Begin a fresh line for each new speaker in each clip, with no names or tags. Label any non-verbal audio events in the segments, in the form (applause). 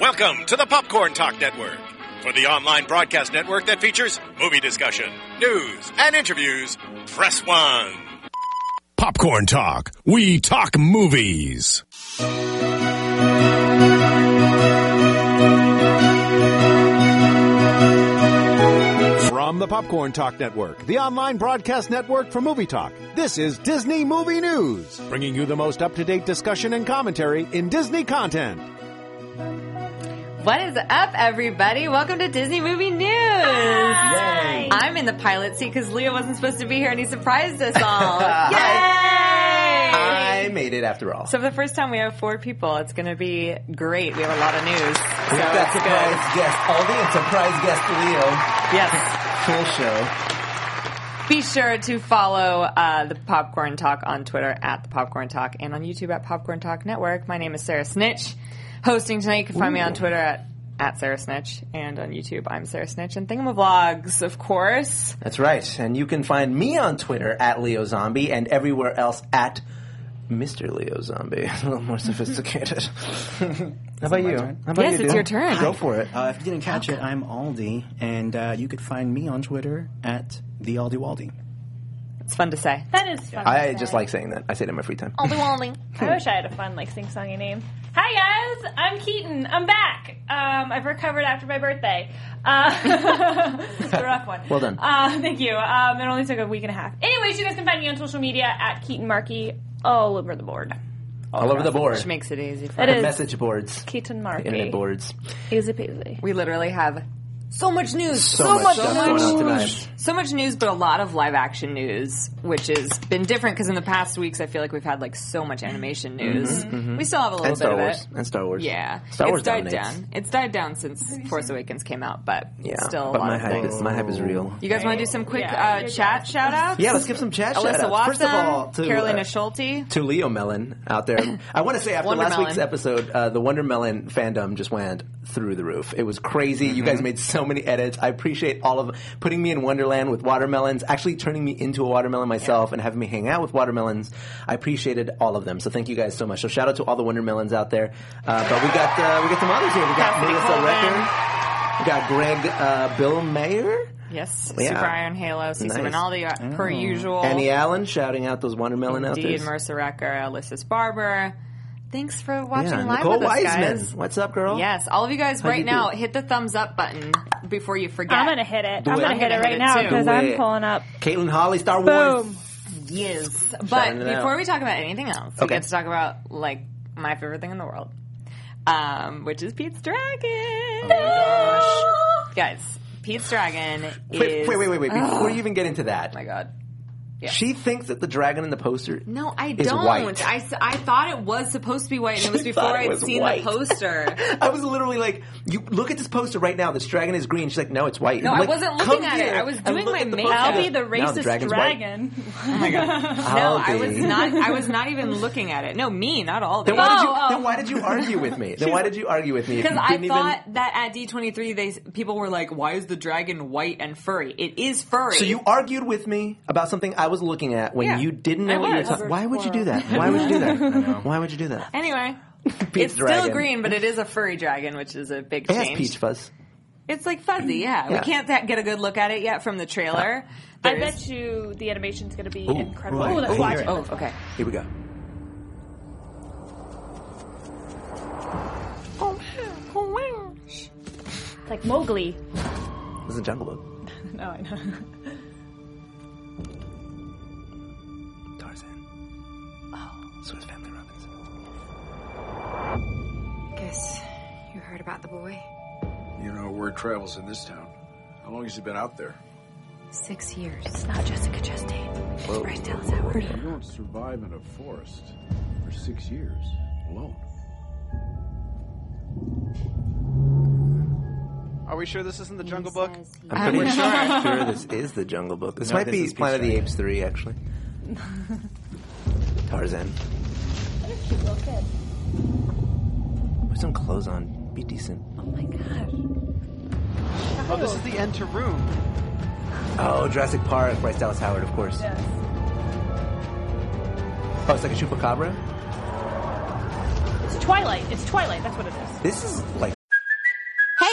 Welcome to the Popcorn Talk Network, for the online broadcast network that features movie discussion, news, and interviews. Press one.
Popcorn Talk. We talk movies.
From the Popcorn Talk Network, the online broadcast network for movie talk, this is Disney Movie News, bringing you the most up to date discussion and commentary in Disney content.
What is up, everybody? Welcome to Disney Movie News. I'm in the pilot seat because Leo wasn't supposed to be here and he surprised us all. Yay!
I made it after all.
So for the first time we have four people. It's going to be great. We have a lot of news.
we got that surprise guest, Aldi and surprise guest Leo.
Yes.
Cool show.
Be sure to follow uh, the Popcorn Talk on Twitter at the Popcorn Talk and on YouTube at Popcorn Talk Network. My name is Sarah Snitch. Hosting tonight, you can find me on Twitter at, at Sarah Snitch and on YouTube, I'm Sarah Snitch and Thingamavlogs, of course.
That's right. And you can find me on Twitter at Leo Zombie and everywhere else at Mr. Leo Zombie. (laughs) A little more (laughs) sophisticated. How about you? How
Yes,
about you,
it's
dude?
your turn.
Go for it.
Uh, if you didn't catch it, I'm Aldi, and uh, you could find me on Twitter at the Aldi Waldi.
It's fun to say.
That is fun.
I
to
just
say.
like saying that. I say it in my free time.
I wish I had a fun like sing songy name. Hi guys, I'm Keaton. I'm back. Um, I've recovered after my birthday. Uh, (laughs) it's a rough one.
Well done.
Uh, thank you. Um, it only took a week and a half. Anyways, you guys can find me on social media at Keaton Markey all over the board.
All over the board.
Which makes it easy for
It
us.
is
Message boards.
Keaton Markey.
Internet boards.
Easy peasy.
We literally have so much news, so,
much
much,
stuff
news,
going on tonight.
so much news, but a lot of live action news, which has been different because in the past weeks I feel like we've had like so much animation news. We still have a little
Mm-hmm. And
bit
Star
of
Wars.
it.
And Star Wars.
Yeah,
Star Wars
it's died
dominates.
down. It's died down since Force Awakens came out, but
Yeah.
still a
but
lot
my
of
hype,
things.
is, my hype is real.
you guys want to do some quick
Yeah,
uh,
you're
chat shout outs?
Yeah, let's give some chat
Alyssa
shout-outs.
Watson,
First of all, to,
Carolina
uh,
Schulte.
to Leo Melon out there. I want to say after
Wonder
last
Melon.
week's episode, uh, the Wonder Melon fandom just went through the roof. It was crazy. You
Mm-hmm.
guys made so many edits. I appreciate all of putting me in Wonderland with watermelons, actually turning me into a watermelon myself and having me hang out with watermelons. I appreciated all of them. So thank you guys so much. So shout out to all the Wondermelons out there. Uh, but we got uh, we got some others here. We got
Cassidy
Melissa
Coleman.
Recker. We got Greg uh, Bill Mayer.
Yes,
Yeah.
Super Iron Halo, Cece
Nice. Mm.
Rinaldi, uh, per usual.
Annie Allen shouting out those watermelon out
Indeed,
there.
Mercer Recker, Alyssa's Barber. Thanks for watching
Yeah,
live
Nicole
with us,
Wiseman.
guys.
What's up, girl?
Yes, all of you guys right
you do?
now, hit the thumbs up button before you forget.
I'm gonna hit it.
Do
I'm
it.
gonna
I'm
hit
gonna
it
hit
right
it
now
too.
because
Do
I'm
it.
pulling up.
Caitlin Holly, Star Wars.
Boom.
Yes, but
Shouting it out.
before we talk about anything else, we
Okay.
get to talk about like my favorite thing in the world, um, which is Pete's Dragon.
Oh
Guys, Pete's Dragon
Wait,
is
wait, wait, wait, wait. Before you even get into that,
Oh my god.
she thinks that the dragon in the poster.
No, I
is
don't.
white.
I, s- I thought it was supposed to be white, and
(laughs)
it was
She
before
thought it
I'd
was
seen
white.
the
(laughs)
poster.
(laughs) I was literally like, "You look at this poster right now. This dragon is green." She's like, "No, it's white."
No,
I'm
I
like,
wasn't
"Come
looking at it.
here
I was
and
doing
look
my
at the
makeup.
poster."
I'll be the
No,
racist
dragon's white.
dragon. (laughs)
No,
I'll
I was
be.
not. I was not
(laughs)
even looking at it. No, me, not all of
Then why, did you,
Oh, oh.
then why did you argue with me?
(laughs)
Then why did you argue with me? if
Because
you
I
didn't
thought that at D twenty three, they people were like, "Why is the dragon white and furry? It is furry."
So you argued with me about something I was looking at when
Yeah.
you didn't know
I
what you were
was.
talking. Why would you do that? Why would you
(laughs)
do that? Why would you do that?
anyway,
Pete's
it's
dragon.
still green, but it is a furry dragon, which is a big
It has
change.
peach fuzz.
It's like fuzzy. Yeah, we
Yeah.
can't that get a good look at it yet from the trailer.
I
There's-
bet you the animation's gonna be incredible.
right.
Oh, let's
Oh,
watch
here
it.
Oh, okay.
Here we go.
It's like Mowgli.
This is Jungle Book.
No, I know.
Tarzan. Oh, Swiss Family Robinson.
Guess you heard about the boy?
You know, word travels in this town. How long has he been out there?
Six years. It's not Jessica Chastain. Bryce Dallas Howard.
You don't survive in a forest for six years alone.
Are we sure this isn't the Jungle Book?
I'm pretty sure. sure this is the Jungle Book. This
No,
might
this
be
is
Planet of the
Peach
Apes 3, actually. Tarzan. Put some clothes on. Be decent.
Oh my gosh.
Oh, this is the end to Room.
Oh, Jurassic Park. Bryce Dallas Howard, of course.
Yes.
Oh, it's like a chupacabra?
It's Twilight. It's Twilight. That's what it is.
This is like
Hey,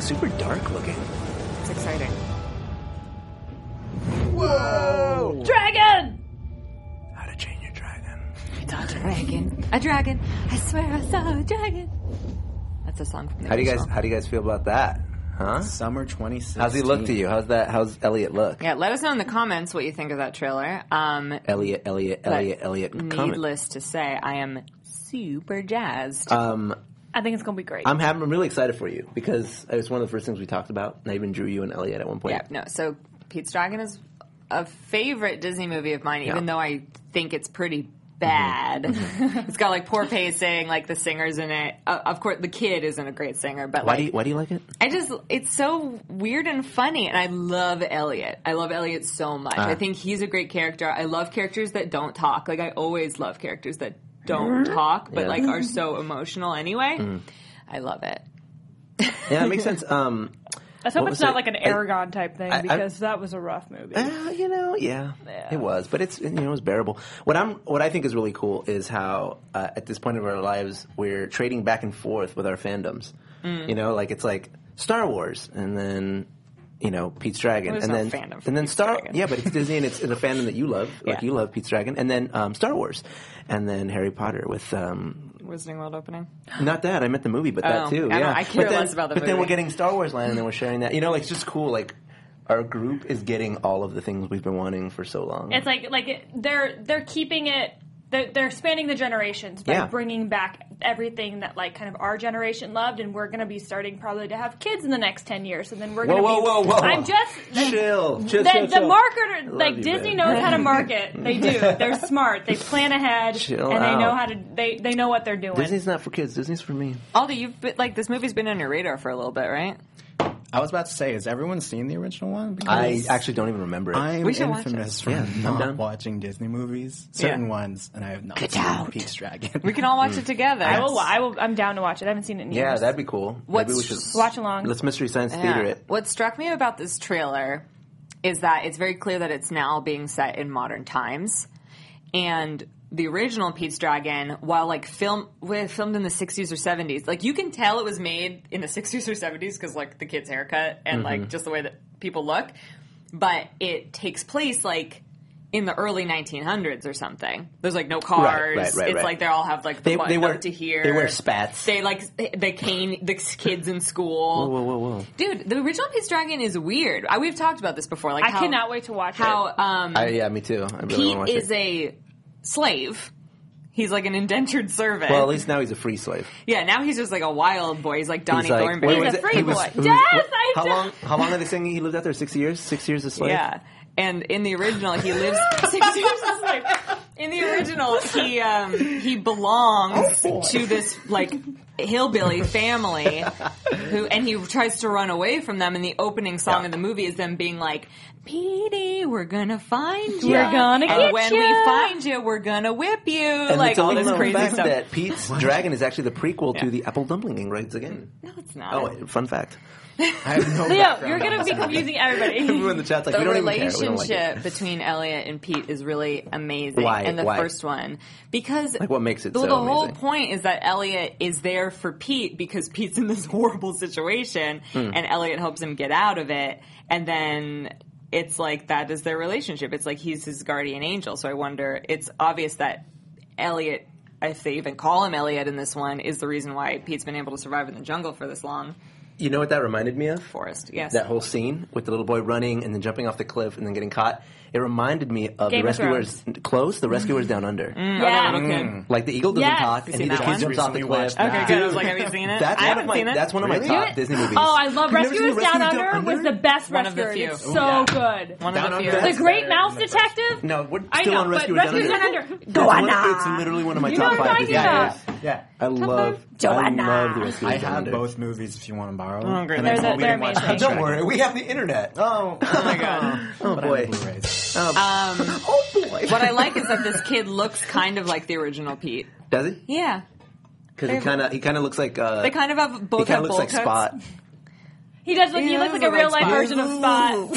Super dark looking.
It's exciting.
Whoa! Dragon!
It's a dragon. A dragon. I swear I saw a dragon. That's a song from the
How do you guys
original.
How do you guys feel about that? Huh?
Summer 2016.
How's he look to you? How's that? How's Elliot look?
Yeah, let us know in the comments what you think of that trailer. Um,
Elliot, Elliot,
but
Elliot, Elliot. Comment.
Needless to say, I am super jazzed.
Um,
I think it's gonna be great.
I'm happy. I'm really excited for you because it was one of the first things we talked about, and I even drew you and Elliot at one point.
yeah, no. So Pete's Dragon is a favorite Disney movie of mine, even
Yeah. Mm-hmm.
though I think it's pretty bad. (laughs) it's got like poor pacing, like the singers in it. Uh, of course, the kid isn't a great singer, but
Why
like,
do you Why do you like it?
I just, it's so weird and funny, and I love Elliot. I love Elliot so much.
Ah.
I think he's a great character. I love characters that don't talk. Like, I always love characters that don't talk, but
Mm-hmm. Yeah. Mm-hmm.
like are so emotional anyway. I love it.
Yeah,
(laughs)
that makes sense. Um,
Let's
What
hope
was
it's not
it?
like an
I-
Aragon type thing
I- I-
because that was a rough movie.
Uh, you know, yeah,
Yeah.
it was, but it's you know it was bearable. What I'm what I think is really cool is how uh, at this point of our lives we're trading back and forth with our fandoms.
Mm.
You know, like it's like Star Wars, and then you know Pete's Dragon,
Well, there's no
and then
fandom for
and then
Pete's
Star.
Dragon.
Yeah, but it's Disney, and it's in a fandom that you love, like
Yeah.
you love Pete's Dragon, and then um, Star Wars, and then Harry Potter with um,
Wizarding World opening.
not that I meant the movie, but
Oh,
that too.
I don't-
yeah,
I care
but then,
less about the
But then
movie.
we're getting Star Wars land, and then we're sharing that. You know, like it's just cool. Like our group is getting all of the things we've been wanting for so long.
It's like like it, they're they're keeping it. They're, they're spanning the generations by
Yeah.
bringing back everything that like kind of our generation loved, and we're going to be starting probably to have kids in the next ten years, and then we're
Whoa,
going to
whoa,
be.
whoa, whoa!
I'm just
chill.
the,
chill, chill,
the
chill.
marketer.
Love
Like
you,
Disney
babe.
knows how to market. They
(laughs)
do. They're smart. They plan ahead,
Chill
and they know
out.
how to. They they know what they're doing.
Disney's not for kids. Disney's for me.
Aldi, you've been, like, this movie's been on your radar for a little bit, right?
I was about to say, has everyone seen the original one?
I actually don't even remember it.
I'm
We should watch
infamous
it.
for
Yeah, I'm
not
down.
watching Disney movies, certain
Yeah.
ones, and I have not seen Pete's Dragon. (laughs)
We can all watch it together.
Mm. I will. I will. I'm down to watch it. I haven't seen it. In
yeah,
years.
that'd be cool. Maybe we
What's-
should
watch along.
Let's mystery science
Yeah.
theater it.
What struck me about this trailer is that it's very clear that it's now being set in modern times, and the original Pete's Dragon, while like film well, filmed in the '60s or '70s, like you can tell it was made in the (laughs) '60s or '70s because like the kid's haircut and
Mm-hmm.
like just the way that people look, but it takes place like. In the early 1900s or something, there's like no cars.
right, right,
it's
right.
like they all have like the
They-
button
they wear-
up to here.
they wear spats.
They like they cane the kids in school.
Whoa, whoa, whoa!
Dude, the original Pete's Dragon is weird. I, we've talked about this before. Like,
I
how,
cannot wait to watch
How
it.
um,
I, yeah, me too. I really want
Pete
to watch
is
it.
a slave. He's like an indentured servant.
well, at least now he's a free slave.
yeah, now he's just like a wild boy. He's like Donnie
he's like,
Thornberry.
wait, was
He's a
it-
free
he was-
boy.
he was-
Yes,
what-
I
How
do.
long? How long are they saying he lived out there? Six years? Six years a slave?
Yeah, and in the original, he lives (laughs) six years of slave. In the original, he um, he belongs
Oh,
to this like hillbilly family, who and he tries to run away from them. And the opening song of the movie is them being like, "Petey, we're gonna find you.
We're gonna
and
get
when
ya."
we find you, we're gonna whip you."
And
like
it's all
all this
known
crazy
fact
stuff.
that Pete's Dragon is actually the prequel
Yeah.
to the Apple Dumpling Ring Rides Again.
no, it's not.
Oh, wait,
(laughs)
fun fact.
I have
(laughs)
no
Leo,
background
you're
on
going to
this
be
movie.
confusing everybody. (laughs)
Everyone in the chat's like,
the
we don't even care. We don't like it. (laughs)
relationship between Elliot and Pete is really amazing.
Why?
And the
Why?
first one. Because
Like, what makes it
the,
so
the whole
amazing?
point is that Elliot is there for Pete because Pete's in this (laughs) horrible situation
Hmm.
and Elliot helps him get out of it and then it's like that is their relationship. It's like he's his guardian angel. So I wonder it's obvious that Elliot if they even call him Elliot in this one is the reason why Pete's been able to survive in the jungle for this long.
You know what that reminded me of?
Forest, yes.
that whole scene with the little boy running and then jumping off the cliff and then getting caught. It reminded me of
Game
the
of
rescuers close,
Mm.
the rescuers down under.
yeah.
Mm.
Little kid.
Like the eagle doesn't
Yes.
talk,
You
and
Mm. seen
he
that
just
one?
jumps off the
Recently
click.
watched
Okay,
that.
good. I was like, have you seen it?
That's
I
one of
haven't
my
seen it.
that's one of
Really?
my
Do
top
it.
Disney movies.
Oh, I love
You've never seen
Rescuers Down
Rescuers
Under was the best
One of the
Rescuers. It's
few.
so
Yeah.
good.
One of the
Down
few.
under.
the
That's
Great
better than
Mouse
the first.
Detective.
No, we're
I
still
know,
on
but
Rescuers Down
Rescuers
Under.
Down Under.
It's, one- it's literally one of my
You know
top
what I'm
five
talking
Disney
about.
movies. Yeah. I love
Joanna.
I love the rescue.
I have both movies if you want to borrow. them.
Oh, great.
And then
They're-
we
they're
can watch
amazing.
them.
Don't worry, we have the internet. Oh, (laughs) my god. oh boy.
Um, what I like is that this kid looks kind of like the original Pete.
Does he?
Yeah,
Because he
They're-
kind of he kind of looks like uh,
they kind of have both
he kind
have
of looks
bowl
like
cuts.
Spot.
He does look.
He
He looks
does
like a
look like
real life
Spot.
version
(laughs)
of Spot.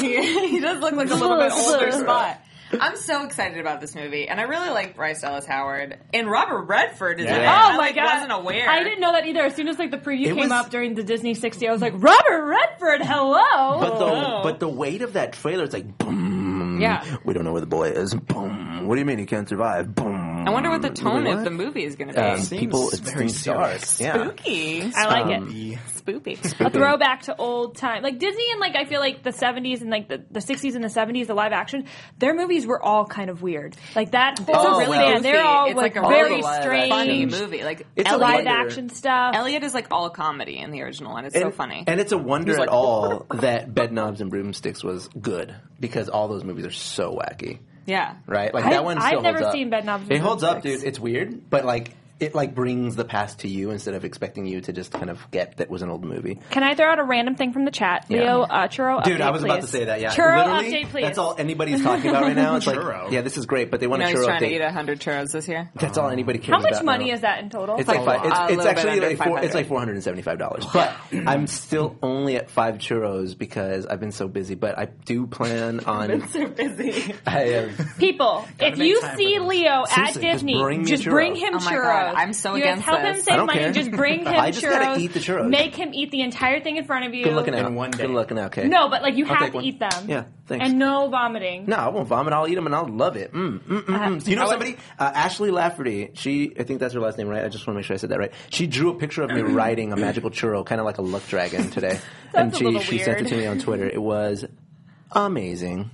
(laughs) he he does look like a little bit older spot. I'm so excited about this movie, and I really like Bryce Dallas Howard and Robert Redford is in it.
Oh
I,
my
like,
god!
Wasn't aware.
I didn't know that either. As soon as like the preview
It
came
was-
up during the Disney 60, I was like, Robert Redford, hello.
But the but the weight of that trailer, it's like boom.
Oh, Yeah.
We don't know where the boy is. Boom. What do you mean he can't survive? Boom.
I wonder what the
You're
tone
like,
of
what?
the movie is going to be.
Um, people, it's very dark. Yeah.
Spooky.
I like it.
Um,
Spoopy. (laughs)
a throwback to old time, like Disney and like I feel like the seventies and like the, the sixties and the seventies, the live action, their movies were all kind of weird. Like that,
Oh,
It's
whole
a really
span,
goofy-
they're all
Oh, it's
like,
like a
very
really
strange,
funny movie. Like
It's a
live
wonder-
action stuff.
Elliot is like all comedy in the original, and it's so funny.
And it's a wonder
He's
at
like-
all (laughs) that Bedknobs and Broomsticks was good because all those movies are so wacky,
yeah,
right? Like
I-
that one.
I've
Still
never
holds up.
seen Bedknobs and
It holds up,
Broomsticks.
dude. It's weird, but like it like brings the past to you instead of expecting you to just kind of get that was an old movie.
Can I throw out a random thing from the chat?
Yeah.
Leo, uh, churro
Dude,
update,
I was about
please.
to say that. Yeah,
Churro
Literally,
update, please.
That's all anybody's talking about right now. It's like, yeah, this is great, but they
You
want
know
a
he's
churro
trying
update.
to eat hundred churros this year.
That's all anybody cares
How much
about
money
now.
is that in total?
It's like
Like
five, it's,
a
it's
little bit
actually
under
like four,
500.
it's like four hundred and seventy five dollars. But I'm still only at five churros because I've been so busy. But I do
(laughs)
plan on. (laughs)
Been so busy.
I have
People, if
make
you
time
see
for this.
Leo at
Seriously, just
Disney, just
bring
bring,
me churros.
him
Oh my God,
churros.
I'm so
you
against
guys help him
this.
I
save
don't
money.
care. (laughs)
Just bring him
I just
churros.
gotta eat the churros.
Make him eat the entire thing in front of you.
good looking out. Good looking out. Okay.
No, but like you
I'll
have
take
to
one.
eat them.
Yeah, thanks.
And no vomiting.
No, I won't vomit. I'll eat them and I'll love it. Mm, mm, mm, mm. You know somebody? Uh, Ashley Lafferty. She, I think that's her last name, right? I just want to make sure I said that right. She drew a picture
(clears throat)
of me riding a magical churro, kind of like a luck dragon
(laughs)
today. and
a
she,
little
she sent it
weird.
to me on Twitter. It was amazing.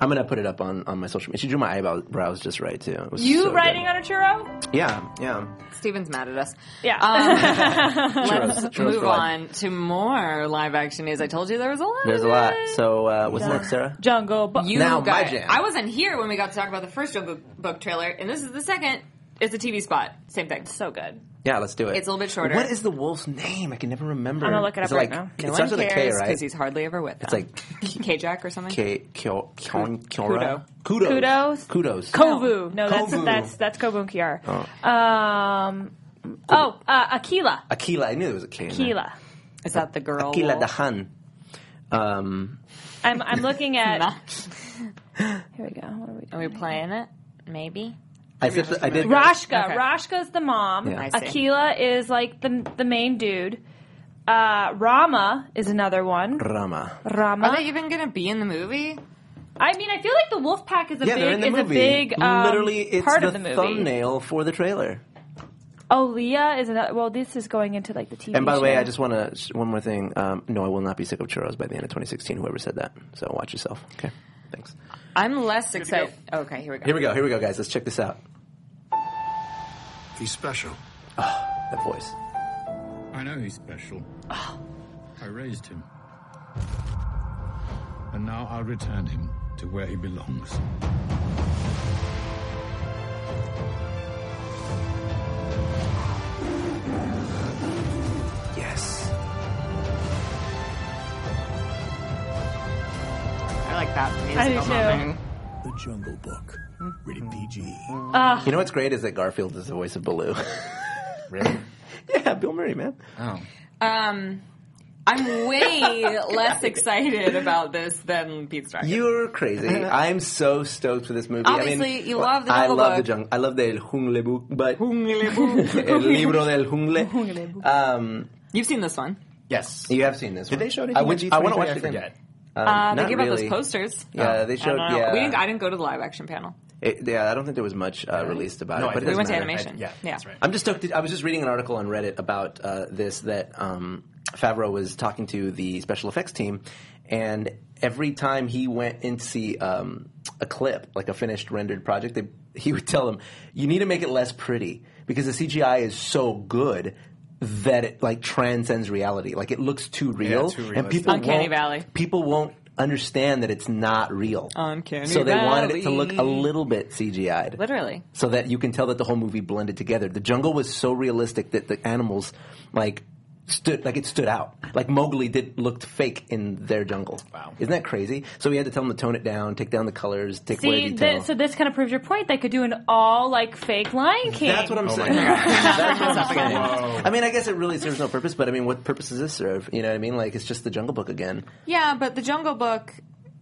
I'm going to put it up on, on my social media. She drew my eyebrows just right, too. It was
You
so
riding
good.
on a churro?
Yeah,
(laughs)
yeah.
Steven's mad at us.
Yeah.
Um,
Churros. Churros
Move
for life.
on to more live action news. I told you there was a lot.
There's
of
a lot.
it.
So, uh, what's next, Sarah?
(laughs) Jungle Book.
You
Now,
got
my jam.
I wasn't here when we got to talk about the first Jungle Book trailer, and this is the second. It's a TV spot. Same thing.
so good.
Yeah, let's do it.
It's a little bit shorter.
What is the wolf's name? I can never remember.
I'm gonna look it
Is
up right
like-
now.
It starts with a K, right?
Because he's hardly ever with them.
It's
(laughs)
like
K-Jack or something.
K Kyo Kyon Kyora?
Kudos.
Kudos.
Kovu. No, that's
Kovu.
that's that's Kovu and Kiara.
Oh.
Um, oh, uh, Akila.
Akila. I knew there was a K. in there.
Akila.
is that the girl?
Akila
wolf?
Dahan. Um,
I'm I'm
(laughs)
looking at.
Not-
Here we go. What are we
Are
doing?
we playing it? Maybe.
I did. The, I did.
Rashka.
Okay.
Rashka's the mom.
Yeah. I
see.
Akila is like the the main dude. Uh, Rama is another one.
Rama.
Are
Rama.
they even gonna be in the movie?
I mean, I feel like the wolf pack is a
Yeah,
big
they're in the
is
movie.
a big um,
Literally, it's
part
the,
of the movie.
thumbnail for the trailer.
Oh, Leah is another. Well, this is going into like the TV.
And by the way,
show.
I just want to one more thing. Um, no, I will not be sick of churros by the end of 2016. Whoever said that, so watch yourself. Okay, thanks.
I'm less excited. Okay, here we go.
Here we go. Here we go, guys. Let's check this out.
He's special.
That voice.
I know he's special.
Oh.
I raised him. And now I'll return him to where he belongs.
Yes.
I like that
I do
musical moment.
too.
The Jungle Book. Rated PG.
You know what's great is that Garfield is the voice of
(laughs)
Baloo.
Really?
yeah, Bill Murray, man.
Oh.
Um, I'm
(laughs)
way less excited about this than Pete's Dragon.
You're crazy. (laughs) I'm so stoked for this movie. I
Obviously,
mean,
you love the
I
Jungle
love
Book.
the jungle. I love the El Jungle Book, but (laughs) El Libro
(laughs)
del Jungle. Um,
You've seen this one.
yes, you have seen this. Did they show
anything
I,
at
would,
D23?
I want to
I
watch it
forget.
again. Um,
Uh, they
not
gave out
really.
those posters.
Yeah, they showed.
I don't know.
yeah,
We didn't, I didn't go to the live action panel.
It- yeah, I don't think there was much uh, released about it, but
we
it doesn't
went to
matter.
animation.
yeah, that's right.
I'm just stoked. that- I was just reading an article on Reddit about uh, this that um, Favreau was talking to the special effects team, and every time he went in to see um, a clip, like a finished rendered project, they, he would tell them, "You need to make it less pretty because the CGI is so good." That it like transcends reality, like it looks too real,
too
and
realistic.
people
Uncanny
won't,
Valley.
People won't understand that it's not real.
Uncanny
so they wanted it to look a
Valley.
little bit CGI'd.
Literally.
So that you can tell that the whole movie blended together. The jungle was so realistic that the animals, like, stood, like it stood out. Like Mowgli did, looked fake in their jungle. Wow. Isn't that crazy? So we had to tell them to tone it down, take down the colors, take away
See,
detail.
th- so this kind of proves your point. They could do an all like fake Lion King.
That's what I'm saying. Oh (laughs) That's what I'm saying. I mean, I guess it really serves no purpose, but I mean, what purpose does this serve? You know what I mean? Like, it's just the Jungle Book again.
Yeah, but the Jungle Book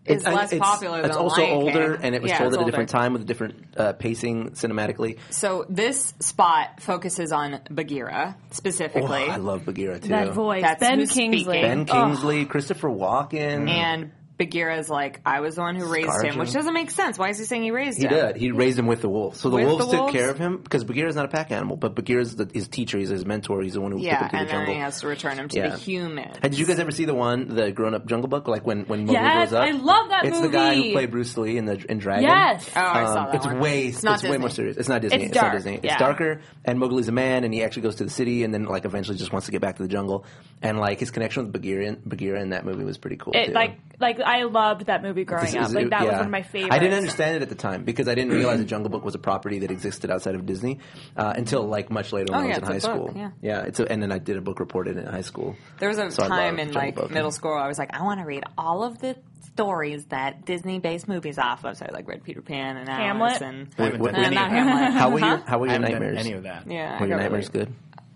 is
I-
less popular than
It's also
Lion
older,
King.
and it was
Yeah,
told
it's
at a different
older.
time with a different uh, pacing cinematically.
So this spot focuses on Bagheera
Oh,
specifically.
I love Bagheera too.
That voice. That's Ben who's Kingsley. speaking.
Ben
Ugh.
Kingsley, Christopher Walken.
and Bagheera's like, I was the one who raised him,
Scarjo.
which doesn't make sense. Why is he saying he raised
He
him?
did. He raised him with the wolves. So the
With the
wolves took
wolves?
care of him because Bagheera's not a pack animal, but Bagheera's the, his teacher, he's his mentor, he's the one who took
Yeah,
him to
and
the
then
jungle.
he has to return him to
Yeah.
the human.
And did you guys ever see the one, the grown up Jungle Book? Like when when Mowgli
Yes,
grows up.
I love that
It's the guy who
movie.
played Bruce Lee in the in Dragon. Um,
Yes. Oh, I saw that
It's
one.
way
It's
it's,
not
way
Disney.
more serious. It's not Disney.
It's
not
dark,
Disney.
yeah.
It's darker. And Mowgli's a man, and he actually goes to the city, and then like eventually just wants to get back to the jungle. And like his connection with Bagheera, Bagheera in that movie was pretty cool.
It
too.
like like I loved that movie growing
This
up.
is-
Like that was
yeah.
one of my favorites.
I didn't understand it at the time because I didn't realize the Jungle Book was a property that existed outside of Disney uh, until like much later when
Oh,
I was
yeah,
in high
it's a book,
school.
yeah.
it's a, and then I did a book report in it in high school.
There was a
So I
time
love
in
Jungle
like
Book.
middle school, I was like, I want to read all of the stories that Disney-based movies off of. So I like read Peter Pan and Alice
Hamlet?
and
Wait, what-
No,
what-
not (laughs) Hamlet.
How were your
Huh?
How
I
were your
haven't done
nightmares?
any of that.
Yeah, I
were your
got
nightmares good?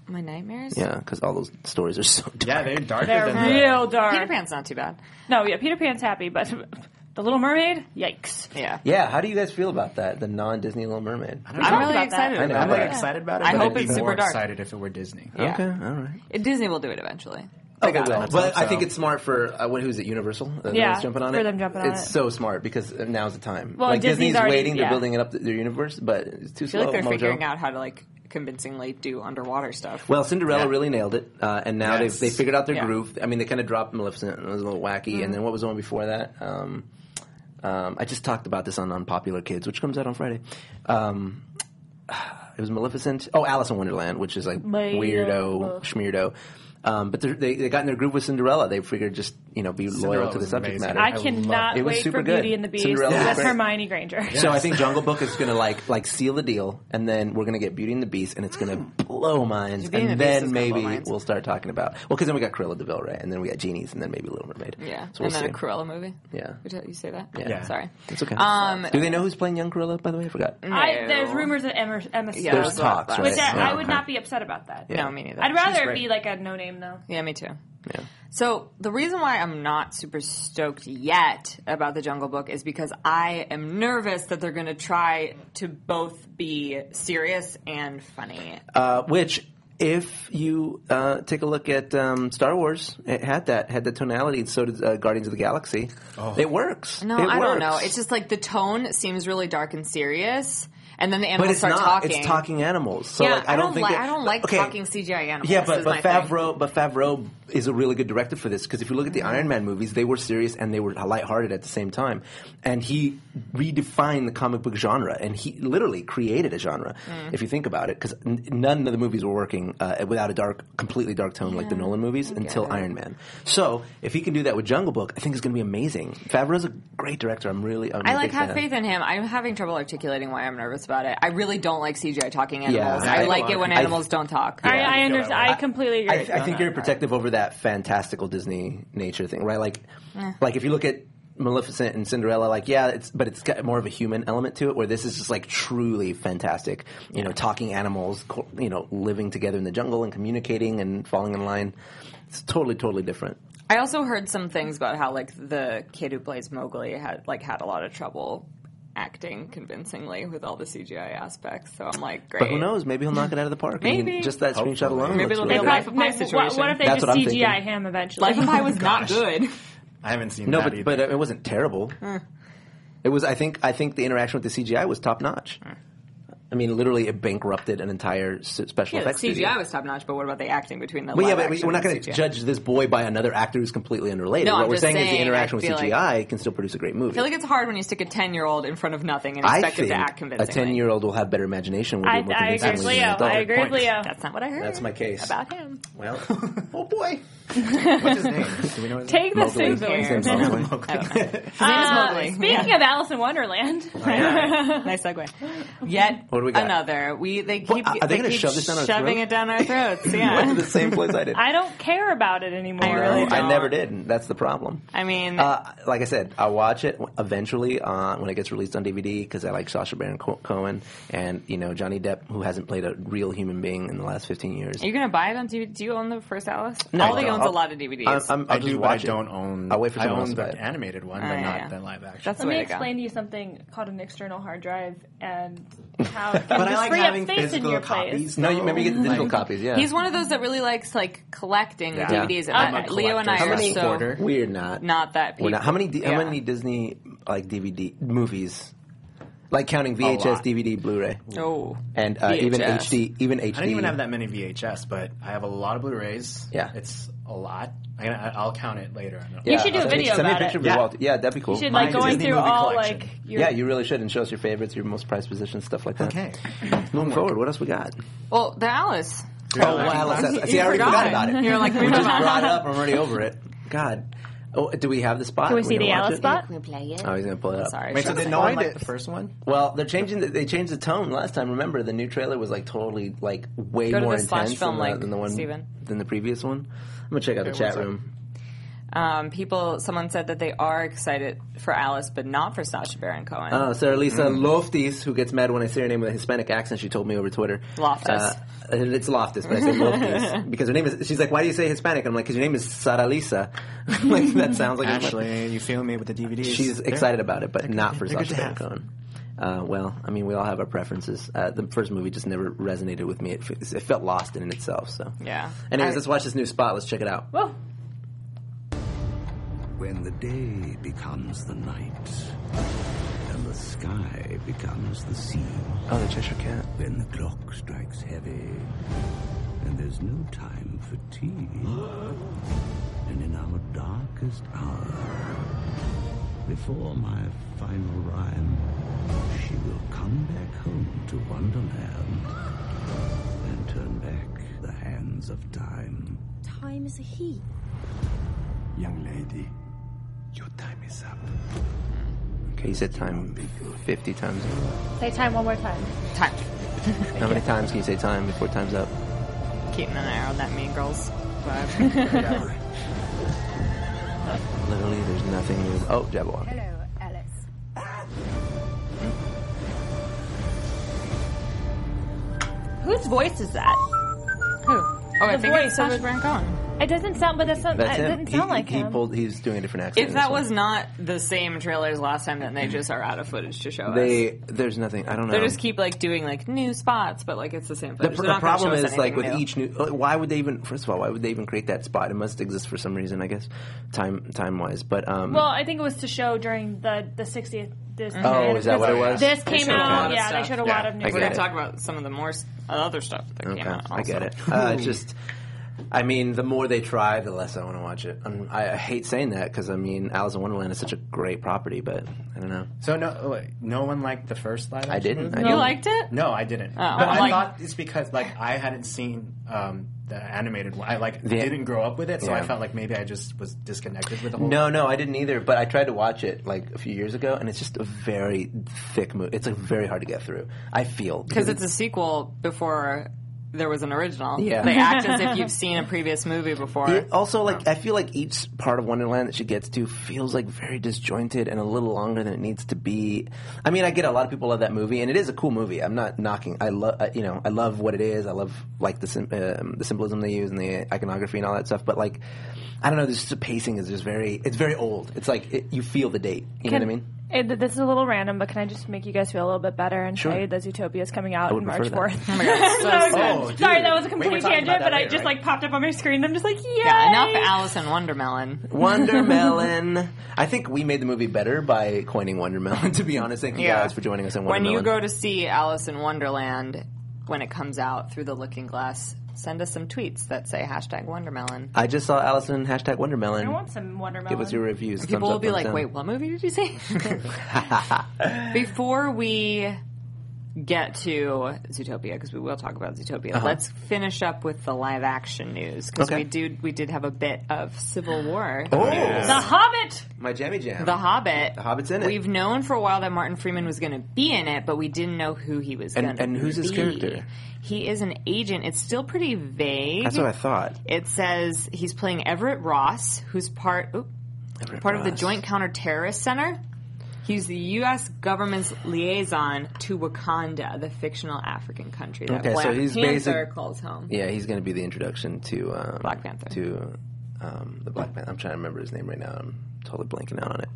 My nightmares.
Yeah, because all those stories are so (laughs) dark.
Yeah, they're darker
They're
than the-
real dark.
Peter Pan's not too bad.
No, yeah, Peter Pan's happy, but (laughs) The Little Mermaid, yikes.
Yeah.
Yeah, how do you guys feel about that? The non-Disney Little Mermaid. I
don't I'm know. really excited
I know,
I'm
but-
like excited about it.
I
but
hope
I'd be
it's super
more
dark.
excited if it were Disney.
Yeah.
Okay, all right.
It- Disney will do it eventually.
Okay, Oh, well,
Let's
but
hope
I
so.
think it's smart for uh, what, who's it? Universal? Uh,
Yeah,
those jumping on
for
it.
them jumping on
it's
it.
so smart because now's the time.
Well,
like
Disney's
Disney's,
already-
waiting. They're
yeah.
building it up th- their universe, but it's too
I feel
slow.
like they're
Mojo.
figuring out how to like convincingly do underwater stuff.
Well, Cinderella really nailed it, uh, and now
Yes.
they've they figured out their
Yeah.
groove. I mean, they kind of dropped Maleficent; and it was a little wacky. And then what was the one before that? Um, um, I just talked about this on Unpopular Kids, which comes out on Friday. Um, (sighs) it was Maleficent. Oh, Alice in Wonderland, which is like
My
weirdo, schmeardo. Um, but they're- they they got in their groove with Cinderella. They figured just you know be loyal
Cinderella
to the
was
subject
amazing.
matter.
I cannot
It was
wait
super
for
good.
Beauty and the Beast.
Cinderella was
That's
great.
Hermione Granger.
So I think Jungle Book is gonna
(laughs)
like like seal the deal, and then we're gonna get Beauty and the Beast, and it's gonna blow minds,
Hmm. Beauty
and
and the Beast
then
is gonna blow
maybe
minds.
we'll start talking about well, because then we got Cruella de Vil, right, and then we got genies, and then maybe Little Mermaid.
yeah,
so we'll
and then
see.
a Cruella movie.
Yeah.
Would you- you say that?
Yeah. Yeah.
Sorry.
it's okay.
Um,
Do they know who's playing young Cruella? By the way, I forgot.
(laughs) I, there's rumors of Emma, Emma Stone.
Yeah,
There's
that's what I
talks,
thought.
right?
Which I,
Yeah,
I would
okay.
not be upset about that.
Yeah.
No, me neither.
I'd rather
great.
it be like a no name though.
Yeah, me too.
Yeah.
So the reason why I'm not super stoked yet about the Jungle Book is because I am nervous that they're going to try to both be serious and funny.
Uh, which, if you uh, take a look at um, Star Wars, it had that had the tonality. So did uh, Guardians of the Galaxy. It works.
Oh. No,
It
I don't
works.
know. It's just like the tone seems really dark and serious, and then the
but
animals
it's
start
not.
talking.
It's talking animals. So
yeah,
like, I, don't think
li-
that-
I don't like
okay.
talking CGI animals.
Yeah,
is
but
my
but
thing.
Favreau, but Favreau is a really good director for this because if you look at the Iron Man movies, they were serious and they were lighthearted at the same time, and he redefined the comic book genre and he literally created a genre.
Mm.
If you think about it, because n- none of the movies were working uh, without a dark, completely dark tone like the Nolan movies until Iron Man. So if he can do that with Jungle Book, I think it's going to be amazing. Favreau's a great director. I'm really. I'm a
I like
big
have
fan.
faith in him. I'm having trouble articulating why I'm nervous about it. I really don't like CGI talking animals.
Yeah,
I,
I-
like it when
I-
animals don't talk.
I, I understand. I completely agree.
I,
with you
I
on
think
that.
you're protective over that fantastical Disney nature thing, right? Like, like if you look at Maleficent and Cinderella, like yeah, it's but it's got more of a human element to it, where this is just like truly fantastic. You know, talking animals, co- you know, living together in the jungle and communicating and falling in line. It's totally, totally different.
I also heard some things about how like the kid who plays Mowgli had like had a lot of trouble acting convincingly with all the CGI aspects. So I'm like, great.
But who knows? Maybe he'll knock it out of the park. I mean,
Maybe.
just that screenshot alone.
Maybe
looks
it'll be
really
a
good.
life of Pi
Wha- What,
situation.
what if they
That's
just
what I'm
CGI
thinking.
him eventually?
Life of
(laughs)
Pi was not good.
I haven't seen
No,
that
but
either.
but it
Hmm. Hmm.
wasn't terrible. It was. I think. I think the interaction with the CGI was top notch. I mean, literally, it bankrupted an entire s- special
Yeah, the
effects
CGI
studio.
was top notch, but what about the acting between the?
Well, yeah,
live
but we-
action
we're not
and
going to
CGI?
judge this boy by another actor who's completely unrelated.
No,
what
I'm
we're
just
saying, is the
saying, I
interaction with
feel like-
CGI can still produce a great
I
movie.
feel like it's hard when you stick a ten-year-old in front of nothing and
I
expect it
think
to act
a
convincingly.
ten-year-old will have better imagination. Will
I-
be more
I agree with
convincing than an
Leo.
adult.
I agree with
Point.
Leo. That's not what I heard.
That's my case.
about him. (laughs)
Well,
Oh boy.
do we know his
Take
name?
the
Mowgli.
suit
His name's
there.
Mowgli. (laughs)
Uh,
Mowgli.
speaking of Alice in Wonderland,
(laughs)
Oh,
nice segue. Yet
What do we got?
another. We they keep
are they
they
gonna
keep
shove this down our
shoving
throats?
it down our
(laughs)
throats.
You went
Yeah.
to the same place I did.
(laughs) I don't care about it anymore.
No, I never did. and That's the problem.
I mean,
Uh, like I said, I watch it eventually uh, when it gets released on DVD because I like Sacha Baron Co- Cohen and you know Johnny Depp, who hasn't played a real human being in the last fifteen years.
are you gonna buy it on DVD? Do you own the first Alice?
No,
Aldi
no,
owns
I'll-
a lot of DVDs.
I'm- I'm- I'll
I
just
do, but
watch
I
it.
don't
I'll wait for
I own
someone else to
the
buy it.
animated one,
Uh,
but Oh, not yeah. the
live action.
That's the
Let me
way to go.
explain to you something called an external hard drive and how it
(laughs)
can
But I
just
like
free up
having
space in
physical
your
copies.
place.
No, you maybe get the digital copies. Yeah,
Oh He's one of those that really likes like collecting the
Yeah.
DVDs.
I'm
And
a
I- Leo and I
How
are
many-
so
We're not.
not that.
We're
People.
not. How many? D-
Yeah.
How many Disney like DVD movies? Like counting VHS,
lot.
DVD, Blu-ray.
Oh.
And uh, even HD, even HD.
I don't even have that many VHS, but I have a lot of Blu-rays.
Yeah.
it's a lot. I, I'll count it later. I don't-
Yeah, uh, send me a picture Of your wall- yeah, that'd be cool.
You should, like, Mine's going Disney through movie all, collection. like, your-
yeah, you really should, and show us your favorites, your most prized positions, stuff like that. Okay. Moving forward, what else we got?
Well, the Alice.
Oh, wow, let's-
You-
see, I
you
already forgot, about it.
(laughs) You're
(laughs)
like,
we just brought it up. I'm already over it. God. Oh, do we have the spot?
Can we
Are
see the
gonna watch
Alice
it?
spot?
Oh, he's gonna pull it up.
Sorry,
Wait, so did no one like the first one?
Well, they're changing. The, they changed the tone last time. Remember, the new trailer was like totally like way
Go to
more
the slash
intense
film
than, the,
link,
than the one
Steven.
than the previous one. I'm gonna check out the
Okay,
chat
one
room.
Um, people, someone said that they are excited for Alice, but not for Sasha Baron Cohen.
Oh, Sarah Lisa
Mm-hmm.
Loftis, who gets mad when I say her name with a Hispanic accent, she told me over Twitter.
Loftus.
Uh, it's Loftus, but
(laughs)
I say Loftis because her name is. She's like, "Why do you say Hispanic?" I'm like, "Because your name is Sarah Lisa." (laughs) like that sounds like a-
Ashley, you feel me with the DVDs?
She's
They're-
excited about it, but not for
they're good
Sacha
to
Baron
have.
Cohen. Uh, well, I mean, we all have our preferences. Uh, the first movie just never resonated with me. It, f- it felt lost in itself. So,
Yeah.
Anyways,
I-
let's watch this new spot. Let's check it out.
Whoa.
When the day becomes the night, and the sky becomes the sea.
Oh, the Cheshire Cat.
When the clock strikes heavy, and there's no time for tea. and in our darkest hour, before my final rhyme, she will come back home to Wonderland and turn back the hands of time.
Time is a he.
Young lady, your time is up.
Okay, you said time fifty times.
Say time one more time.
Time.
How many times can you say time before time's up?
Keaton and I are on that Mean Girls
(laughs) Yeah.
vibe.
Literally, there's nothing new. Oh, Jabberwock.
Hello, Alice.
Whose voice is that?
Who? Oh, I
The
think it's
voice of
Sasha
it-
Baron Cohen.
It doesn't sound, but that's not,
That's
it
him.
doesn't
He-
sound like
he
him.
pulled. He's doing a different accent.
If
in
that
this one.
was not the same trailers last time, then they just are out of footage to show us.
they, there's nothing. I don't know.
They just keep like doing like new spots, but like it's the same.
The,
Footage.
pr-
They're not
the
gonna show
problem
us
is like
anything
with
new.
each new. uh, Why would they even? First of all, why would they even create that spot? It must exist for some reason, I guess, time time wise. But um,
Well, I think it was to show during the the 60th. This
Oh, is that what it was?
This
They
came
showed a lot
out.
of
Yeah, they
stuff.
showed a lot of new.
I
We're gonna
get it.
talk about some of the more s- other stuff that
okay,
came out.
I get it.
also.
Uh, it's just, I mean, the more they try, the less I want to watch it. i I hate saying that because I mean, Alice in Wonderland is such a great property, but I don't know.
So no, wait, no one liked the first live.
I
action
didn't.
movie?
I You didn't.
liked it?
No, I didn't.
Oh,
no,
I'm
I
like-
thought it's because like I hadn't seen um, the animated one. I like
The-
didn't grow up with it, so
Yeah.
I felt like maybe I just was disconnected with the whole.
No, no, I didn't either. But I tried to watch it like a few years ago, and it's just a very thick movie. It's like very hard to get through. I feel
because it's a sequel before there was an original.
Yeah.
They act as (laughs) if you've seen a previous movie before.
It also, like, I feel like each part of Wonderland that she gets to feels like very disjointed and a little longer than it needs to be. I mean, I get a lot of people love that movie, and it is a cool movie. I'm not knocking. I love, you know, I love what it is. I love like the sim- um, the symbolism they use and the iconography and all that stuff. But like, I don't know. This the pacing is just very. It's very old. It's like it, you feel the date. You know what I mean?
It, this is a little random, but can I just make you guys feel a little bit better and
Sure.
tell you that Zootopia is coming out
I would
on March
prefer that.
4th? (laughs)
Oh my God, it's so
That was
sad.
good.
Oh, dude.
Sorry, that was
Wait,
a
we're
complete
talking about
tangent,
that
but I
later,
just
right?
like popped up on my screen. and I'm just like, yay!
Yeah, enough Alice in Wondermelon.
Wondermelon. (laughs) I think we made the movie better by coining Wondermelon. (laughs) To be honest, thank you
Yeah.
guys for joining us in
When
Wondermelon.
you go to see Alice in Wonderland, when it comes out through the Looking Glass, send us some tweets that say hashtag Wondermelon.
I just saw Allison hashtag Wondermelon.
I want some Wondermelon.
Give us your reviews.
People
Thumbs
will
up,
be
thumbs
like,
down.
"Wait, what movie did you
(laughs)
say?" (laughs) Before we get to Zootopia, because we will talk about Zootopia,
Uh-huh.
let's finish up with the live action news because
Okay.
we do we did have a bit of Civil War.
Oh. Yeah.
The Hobbit.
My jammy jam.
The Hobbit.
The Hobbit's in it.
We've known for a while that Martin Freeman was going to be in it, but we didn't know who he was
And-
going to
and who's his character?
He is an agent. It's still pretty vague.
That's what I thought.
It says he's playing Everett Ross, who's part oop, part of the
Ross.
Joint Counter-Terrorist Center. He's the U.S. government's liaison to Wakanda, the fictional African country that
Okay, so
Black
he's
Panther
basic-
calls home.
Yeah, he's going to be the introduction to um, Black
Panther.
To um, the Black Panther. I'm trying to remember his name right now. I'm totally blanking out on it.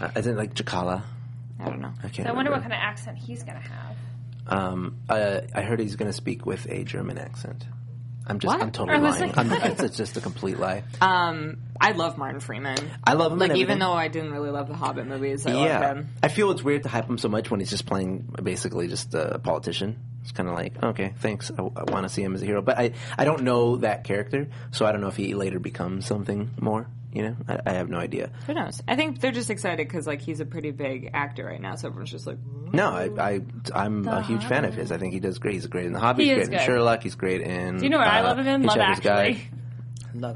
Uh, is it like Jakala?
I don't know.
I
So
can't.
I wonder what
remember.
kind of accent he's gonna have.
Um, uh, I heard he's going to speak with a German accent. I'm just.
What?
I'm totally
I was
lying.
like-
I'm, (laughs) it's, it's just a complete lie.
Um, I love Martin Freeman.
I love him.
like
and
even
everything.
though I didn't really love the Hobbit movies, I love
yeah,
him.
I feel it's weird to hype him so much when he's just playing basically just a politician. It's kind of like, okay, thanks. I, want to see him as a hero, but I I don't know that character, so I don't know if he later becomes something more. You know, I, I have no idea.
Who knows? I think they're just excited because like he's a pretty big actor right now, so everyone's just like,
No, I, I I'm a huge fan of his. I think he does great. He's great in The Hobbit.
He
he's
is
great in
good.
Sherlock. He's great in.
Do you know what I
uh,
love him in? Love
Hitchhiker's Guide.
Actually.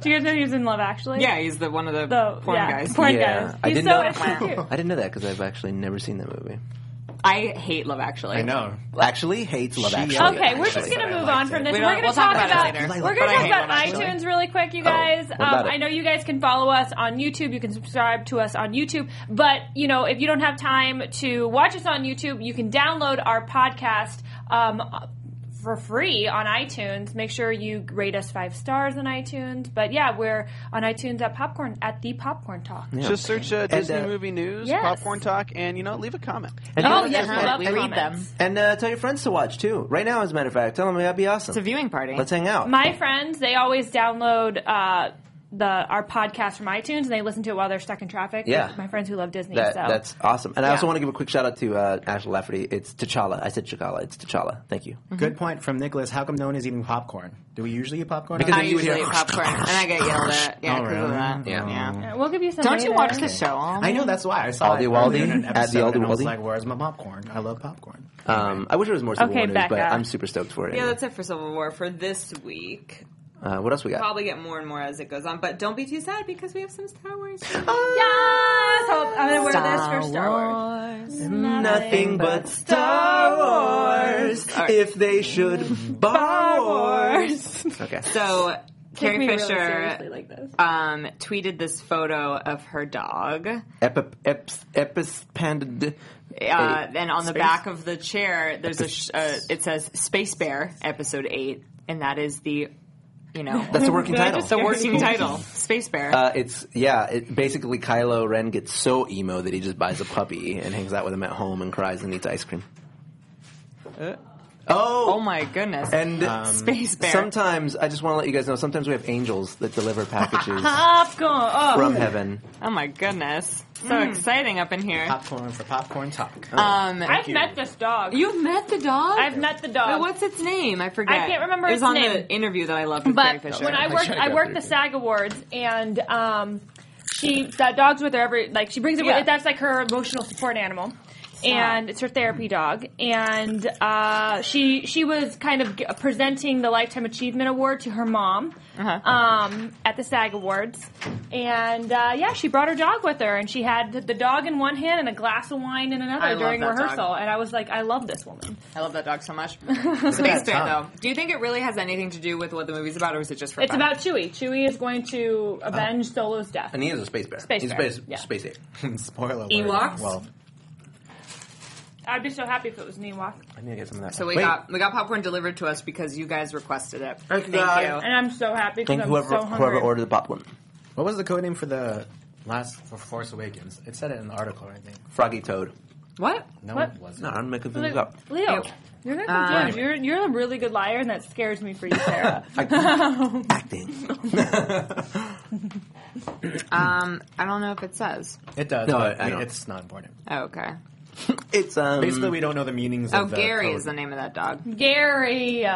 Do you guys know he was in Love Actually?
yeah, he's the one of the,
The-
porn
yeah,
guys.
porn
yeah,
guys.
I
He's
didn't know.
so actually (laughs) cute.
I didn't know that because I've actually never seen that movie.
I hate Love Actually.
Actually, hates Love
She-
Actually.
Okay, we're just gonna move on from this.
We
We are
don't-
gonna
we'll
talk,
talk
about,
about it later.
we're
But I Oh,
gonna talk
hate
about
Love Actually.
iTunes really quick, you guys.
what about
um,
it?
I know you guys can follow us on YouTube. You can subscribe to us on YouTube, but you know if you don't have time to watch us on YouTube, you can download our podcast. Um, for free on iTunes. Make sure you rate us five stars on iTunes. But yeah, we're on iTunes at popcorn at the popcorn talk.
Just search uh,
And,
Disney
uh,
movie news,
Yes.
popcorn talk, and you know, leave a comment.
And
Oh,
do you-
yes, we love
We read
comments.
And uh, tell your friends to watch too. Right now, as a matter of fact, tell them that'd be awesome.
It's a viewing party.
Let's hang out.
My friends, they always download uh, the our podcast from iTunes and they listen to it while they're stuck in traffic.
Yeah.
my friends who love Disney.
That,
so
That's awesome. And I
Yeah.
also want to give a quick shout out to uh, Ashley Lafferty. It's T'Challa. I said T'Challa. It's T'Challa. Thank you.
Mm-hmm.
Mm-hmm.
Good point from Nicholas. How come no one is eating popcorn? Do we usually eat popcorn?
Because
I
then you would
usually
hear-
eat popcorn, and I get yelled at. Yeah,
Oh,
because of
really?
that.
Yeah.
yeah.
we'll give you some.
Don't you
later.
watch the show?
I know that's why I saw
Aldi
it
Waldi?
earlier in an
At the
episode,
Aldi
and I was
Waldi?
like, "Where's my popcorn? I love popcorn."
Um, I wish there was more Civil
Okay,
War news, but
Becca.
I'm super stoked for it.
Yeah, that's it for Civil War for this week.
uh, what else we got?
Probably get more and more as it goes on, but don't be too sad because we have some Star Wars.
Yes, Hope- I'm gonna wear
Star
this for Star Wars.
Nothing but Star Wars. If they should Star Wars. Okay.
So
Take
Carrie
me really
Fisher
seriously like this.
um, tweeted this photo of her dog.
Epip, eps, epis, panda.
Uh, and on the back of the chair, there's a sh- uh, it says Space Bear Episode Eight, and that is the you know (laughs)
That's the working
Did I
title.
just
the working title Space Bear.
Uh, it's yeah. It, basically, Kylo Ren gets so emo that he just buys a puppy and hangs out with him at home and cries and eats ice cream.
Uh,
oh,
oh my goodness!
and
(laughs)
Space Bear.
sometimes I just want to let you guys know. Sometimes we have angels that deliver
(laughs)
packages
Popcorn. Oh.
from heaven.
oh my goodness! So exciting up in
Uh,
here.
Popcorn for popcorn talk. Oh,
Um,
I've met this dog.
you've met the dog.
I've met the dog.
Wait, what's its name? I forget.
Um, I can't remember
It was
its
on
name.
the interview that I loved with Carrie
But
Fisher.
when I worked, I worked the SAG Awards, and um, she that dog's with her every like she brings it.
Yeah.
With, that's like her emotional support animal. And it's her therapy dog, and uh, she she was kind of g- presenting the lifetime achievement award to her mom
Uh-huh.
um, at the SAG Awards, and uh, yeah, she brought her dog with her, and she had the dog in one hand and a glass of wine in another
I love
during
that dog.
rehearsal, and I was like, I love this woman.
I love that dog so (laughs) much. Space Bear, though.
tongue.
Do you think it really has anything to do with what the movie's about, or is it just for
It's
fun?
about Chewie. Chewie is going to avenge Solo's death.
And he is a space bear.
Space
He's
bear,
a space
yeah.
space (laughs) ape.
Spoiler alert.
Ewoks?
Well,
I'd be so happy if it was an Ewok.
I need to get some of that.
So we
Wait,
got we got popcorn delivered to us because you guys requested it. Thank,
God.
Uh,
you.
And I'm so happy because
Thank
I'm
whoever
so hungry.
whoever ordered the popcorn.
what was the code name for the
Last for Force Awakens. It said it in the article, I think.
Froggy Toad.
What?
No,
What?
it wasn't.
No, I'm making
Look,
things up.
Leo, you're not confused.
Uh,
you're you're a really good liar, and that scares me for you, Sarah.
Um, I don't know if it says.
It does.
No,
but
I- I
we-
don't.
it's not important.
Oh, okay.
It's um.
Basically, we don't know the meanings
Oh,
of the
Gary
code.
is the name of that dog.
(laughs) Gary.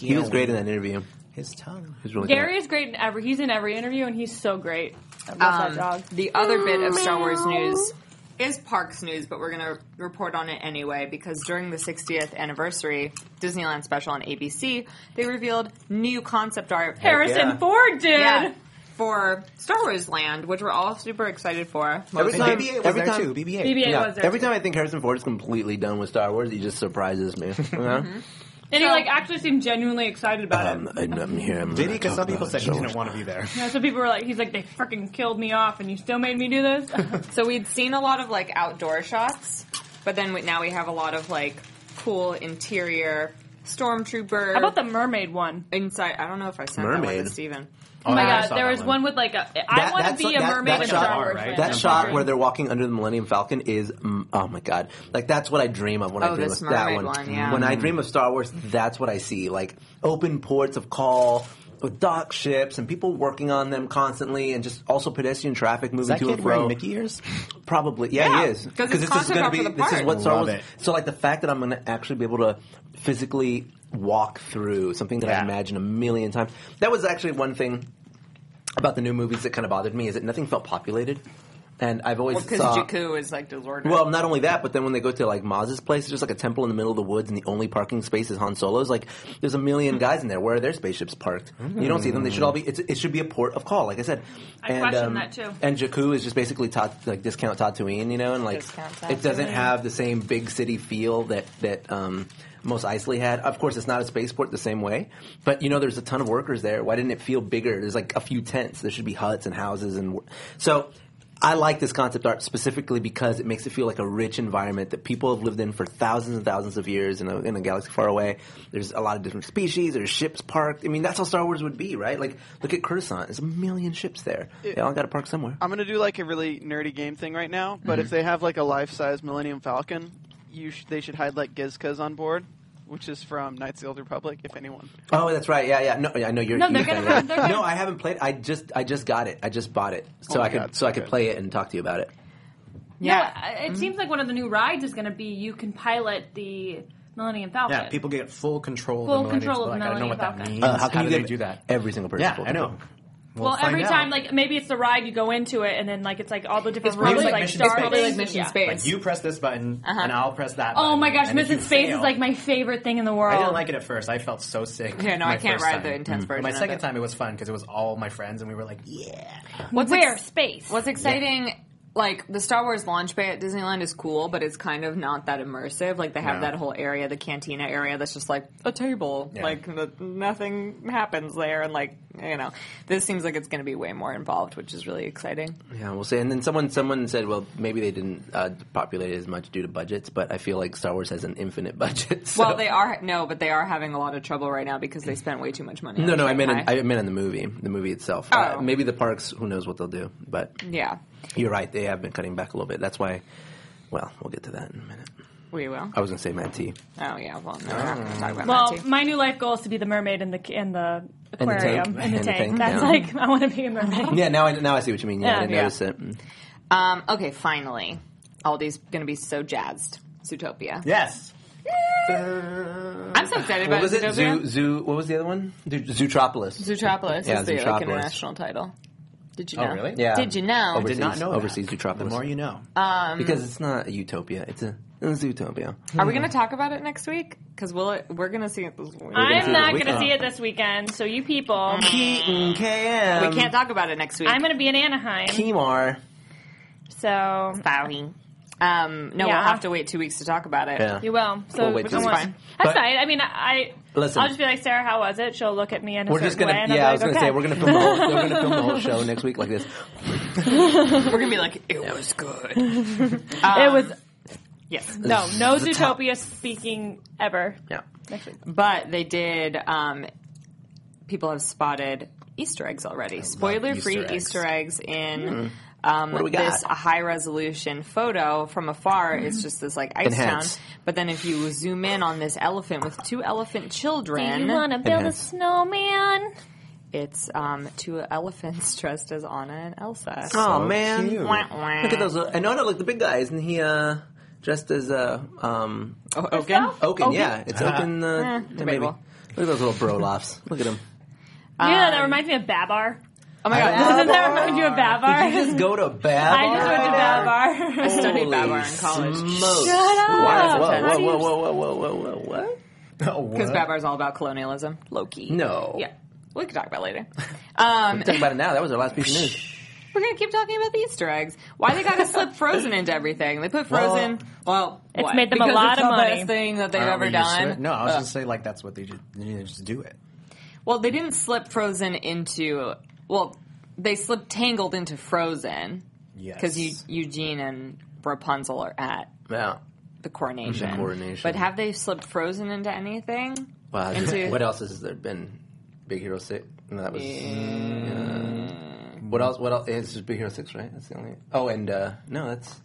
He was great in that interview.
His tongue.
He's really
Gary is great in every. He's in every interview, and he's so great. I love that
Um,
dog.
The other bit of Star Wars news is Parks news, but we're going to report on it anyway because during the 60th anniversary Disneyland special on ABC, they revealed new concept art.
Harrison yeah. Ford did.
Yeah, for Star Wars Land, which we're all super excited for.
Every
Mostly-
time, every time,
BB-8 was there
Every
too.
time I think Harrison Ford is completely done with Star Wars, he just surprises
(laughs)
me. Uh-huh. You know?
Mm-hmm.
And he like actually seemed genuinely excited about it.
um, I, I'm here. I'm
Did
gonna
he? Because
talk
some people
about
said he
Star Wars.
didn't want to be there.
You know, so people were like, he's like, they freaking killed me off, and you still made me do this. (laughs)
So we'd seen a lot of like outdoor shots, but then we, now we have a lot of like cool interior stormtrooper.
How about the mermaid one?
inside? I don't know if I sent that one
Mermaid.
to Steven.
Oh my
yeah, I
god,
saw
there
that
was one.
one.
with like a. I
That-
want to
that's-
be a
that-
mermaid
that
in
shot,
Star Wars.
right?
land.
That shot where they're walking under the Millennium Falcon is, mm, oh my god, like that's what I dream of when
Oh,
I dream
this
of that
mermaid
one.
one, yeah.
When I
Mm-hmm.
dream of Star Wars, that's what I see, like open ports of call. With dock ships and people working on them constantly, and just also pedestrian traffic moving
that
to
kid
and fro.
wearing Mickey ears?
Probably, yeah,
Yeah,
it is.
'cause
Because
it's
this is
concept
going to
art for
be
the
this is
park.
what Star
Love
Wars.
it.
So like the fact that I'm going to actually be able to physically walk through something that I
Yeah.
imagined a million times. That was actually one thing about the new movies that kind of bothered me is that nothing felt populated, and I've always
Because
saw.
Jakku is like disordered.
Well, not only that, but then when they go to like Maz's place, it's just like a temple in the middle of the woods, and the only parking space is Han Solo's. Like, there's a million
Hmm.
guys in there. Where are their spaceships parked? You don't see them. They should all be. It's, it should be a port of call, like I said.
I questioned that, too.
And Jakku is just basically ta- like discount Tatooine, you know, and like
Discount
it doesn't
Tatooine.
have the same big city feel that that um, most Eisley had. Of course, it's not a spaceport the same way, but you know, there's a ton of workers there. Why didn't it feel bigger? There's like a few tents. There should be huts and houses and wor- so. I like this concept art specifically because it makes it feel like a rich environment that people have lived in for thousands and thousands of years in a, in a galaxy far away. There's a lot of different species. There's ships parked. I mean, that's how Star Wars would be, right? Like, look at Coruscant. There's a million ships there. They all got to park somewhere.
I'm gonna do like a really nerdy game thing right now, but
Mm-hmm.
if they have like a life-size Millennium Falcon, you sh- they should hide like Gizkas on board, which is from Knights of the Old Republic. If anyone,
Oh, that's right. Yeah, yeah. No, yeah, I know you're.
No, they're
you're
gonna
playing
have-
it.
they're gonna-
No, I haven't played. I just, I just got it. I just bought it, so
Oh my
I could,
God,
so I
so
could
good.
play it and talk to you about it.
Yeah, I-
Mm-hmm.
it seems like one of the new rides is going to be you can pilot the Millennium Falcon.
Yeah, people get full control
Full
of the Millennium
control of
Falcon. I don't know what that
Millennium
means.
Uh,
how can
you
do they
give
do that?
Every single person.
Yeah,
full
I know.
control.
well,
find
every
out.
time, like maybe it's the ride you go into it, and then like it's like all the different
It's
rooms,
probably
like,
like Mission
Star
Space.
Wars.
Probably
like Mission
Yeah.
Space.
Like you press this button
Uh-huh.
and I'll press that.
Oh
button,
my
and
gosh,
if
Missing
you
Space
fail-
is like my favorite thing in the world.
I didn't like it at first. I felt so sick.
Yeah, no,
my
I can't
first
ride
time.
the intense
But
version
my
of
second
it.
time it was fun because it was all my friends and we were like, yeah.
What's
Where
ex-
space?
What's exciting, like the Star Wars launch bay at Disneyland is cool, but it's kind of not that immersive. Like they have
No.
that whole area, the cantina area, that's just like a table.
Yeah.
Like the, nothing happens there, and like you know, this seems like it's going to be way more involved, which is really exciting.
Yeah, we'll see. And then someone, someone said, well, maybe they didn't uh, populate it as much due to budgets, but I feel like Star Wars has an infinite (laughs) budget. so-
Well, they are no, but they are having a lot of trouble right now because they spent way too much money.
No,
on
no, I meant, in,
Shanghai.
I meant in the movie, the movie itself.
Oh.
Uh, maybe the parks. Who knows what they'll do? But
yeah,
you're right. They have been cutting back a little bit. That's why. Well, we'll get to that in a minute.
we will.
I was going to say Matt T.
Oh yeah, well, no,
Ah.
we're not going to talk about
Well,
that. Too.
my new life goal is to be the mermaid in the in the
tank.
aquarium in the
In the
tank.
tank,
That's
yeah.
like I want to be
(laughs)
a mermaid.
Yeah, now I now I see what you mean. Yeah, I
Yeah.
didn't
Yeah.
notice it.
Um, okay, finally, Aldi's going to be so jazzed. Zootopia.
Yes.
I'm so excited
What
about
was it?
Zootopia.
Zoo, zoo. What was the other one? Zoo- Zootropolis.
Zootropolis
Yeah,
is the like,
Zootropolis.
international title. Did you know?
Oh, really?
yeah.
Did you know?
Overseas,
not know that.
overseas Zootropolis.
The more you know.
because it's not a utopia. It's a, a zootopia.
Are we going to talk about it next week? Because we'll we're going to see it this week.
I'm
see
not
it this
going to see it
weekend.
this weekend, so you
Um,
people,
Keaton KM.
we can't talk about it next week.
I'm going to be in Anaheim.
Timar.
So
sorry. Um, no,
Yeah.
we'll have to wait two weeks to talk about it.
Yeah.
You will. So
We'll wait till
don't worry.
it's fine.
That's
But-
fine. I mean, I.
Listen.
I'll just be like Sarah. How was it? She'll look at me and
We're just
Way,
gonna.
and I'll
Yeah, I
be
was
like,
gonna say
"Okay."
we're gonna film the whole, we're gonna film the whole show next week
(laughs)
like this.
We're going to be like, it was
(laughs)
good.
it was
yes.
no, Um, no Zootopia speaking ever.
Yeah.
Next week.
But they did. Um, people have spotted Easter eggs already. Spoiler free
Easter eggs.
Mm-hmm.
Easter eggs in Um,
What do we got?
This high resolution photo from afar
Mm-hmm.
is just this like ice
Enhance.
town. But then if you zoom in on this elephant with two elephant
Do
children,
you want to build a snowman?
It's um, two elephants (laughs) dressed as Anna and Elsa.
Oh man!
Wah, wah.
Look at those. uh, And no, no, look the big guy. Isn't he uh, dressed as a uh, um,
Oh,
Oaken?
Oaken, yeah, it's
Ah.
Oaken.
Eh,
Uh, maybe.
debatable.
Look at those little brolofs. Look at him.
yeah, that reminds me of Um, (laughs) Babar.
Oh my god!
Doesn't that remind you of Babar?
Did you just go to Babar?
I just went to Babar.
I
(laughs)
studied
Holy
Babar in college.
smokes.
Shut up.
Wow,
How
Whoa,
do
whoa,
you-
whoa, whoa, whoa, whoa, whoa, whoa, what?
Because Babar's all about colonialism. Loki.
No.
Yeah. We can talk about it later.
We're
Um,
talking about it now. That was our last piece of news.
we're gonna keep talking about the Easter eggs. Why they gotta
(laughs)
slip Frozen into everything? They put Frozen. Well,
It's
what?
made them a
Because
lot
it's
of
the
money.
Best thing that they've
Aren't
ever
we used to
done.
it? No, I was
Uh,
gonna say like that's what they just they need to just do it.
Well, they didn't slip Frozen into. Well, they slipped Tangled into Frozen.
Yes.
Because Eugene and Rapunzel are at
Yeah.
the coronation.
The coronation.
But have they slipped Frozen into anything?
Wow. just-
Into-
what else has there been? Big Hero Six. No, that was. yeah. What else? What else? It's just Big Hero Six, right? That's the only. Oh, and uh, no, that's.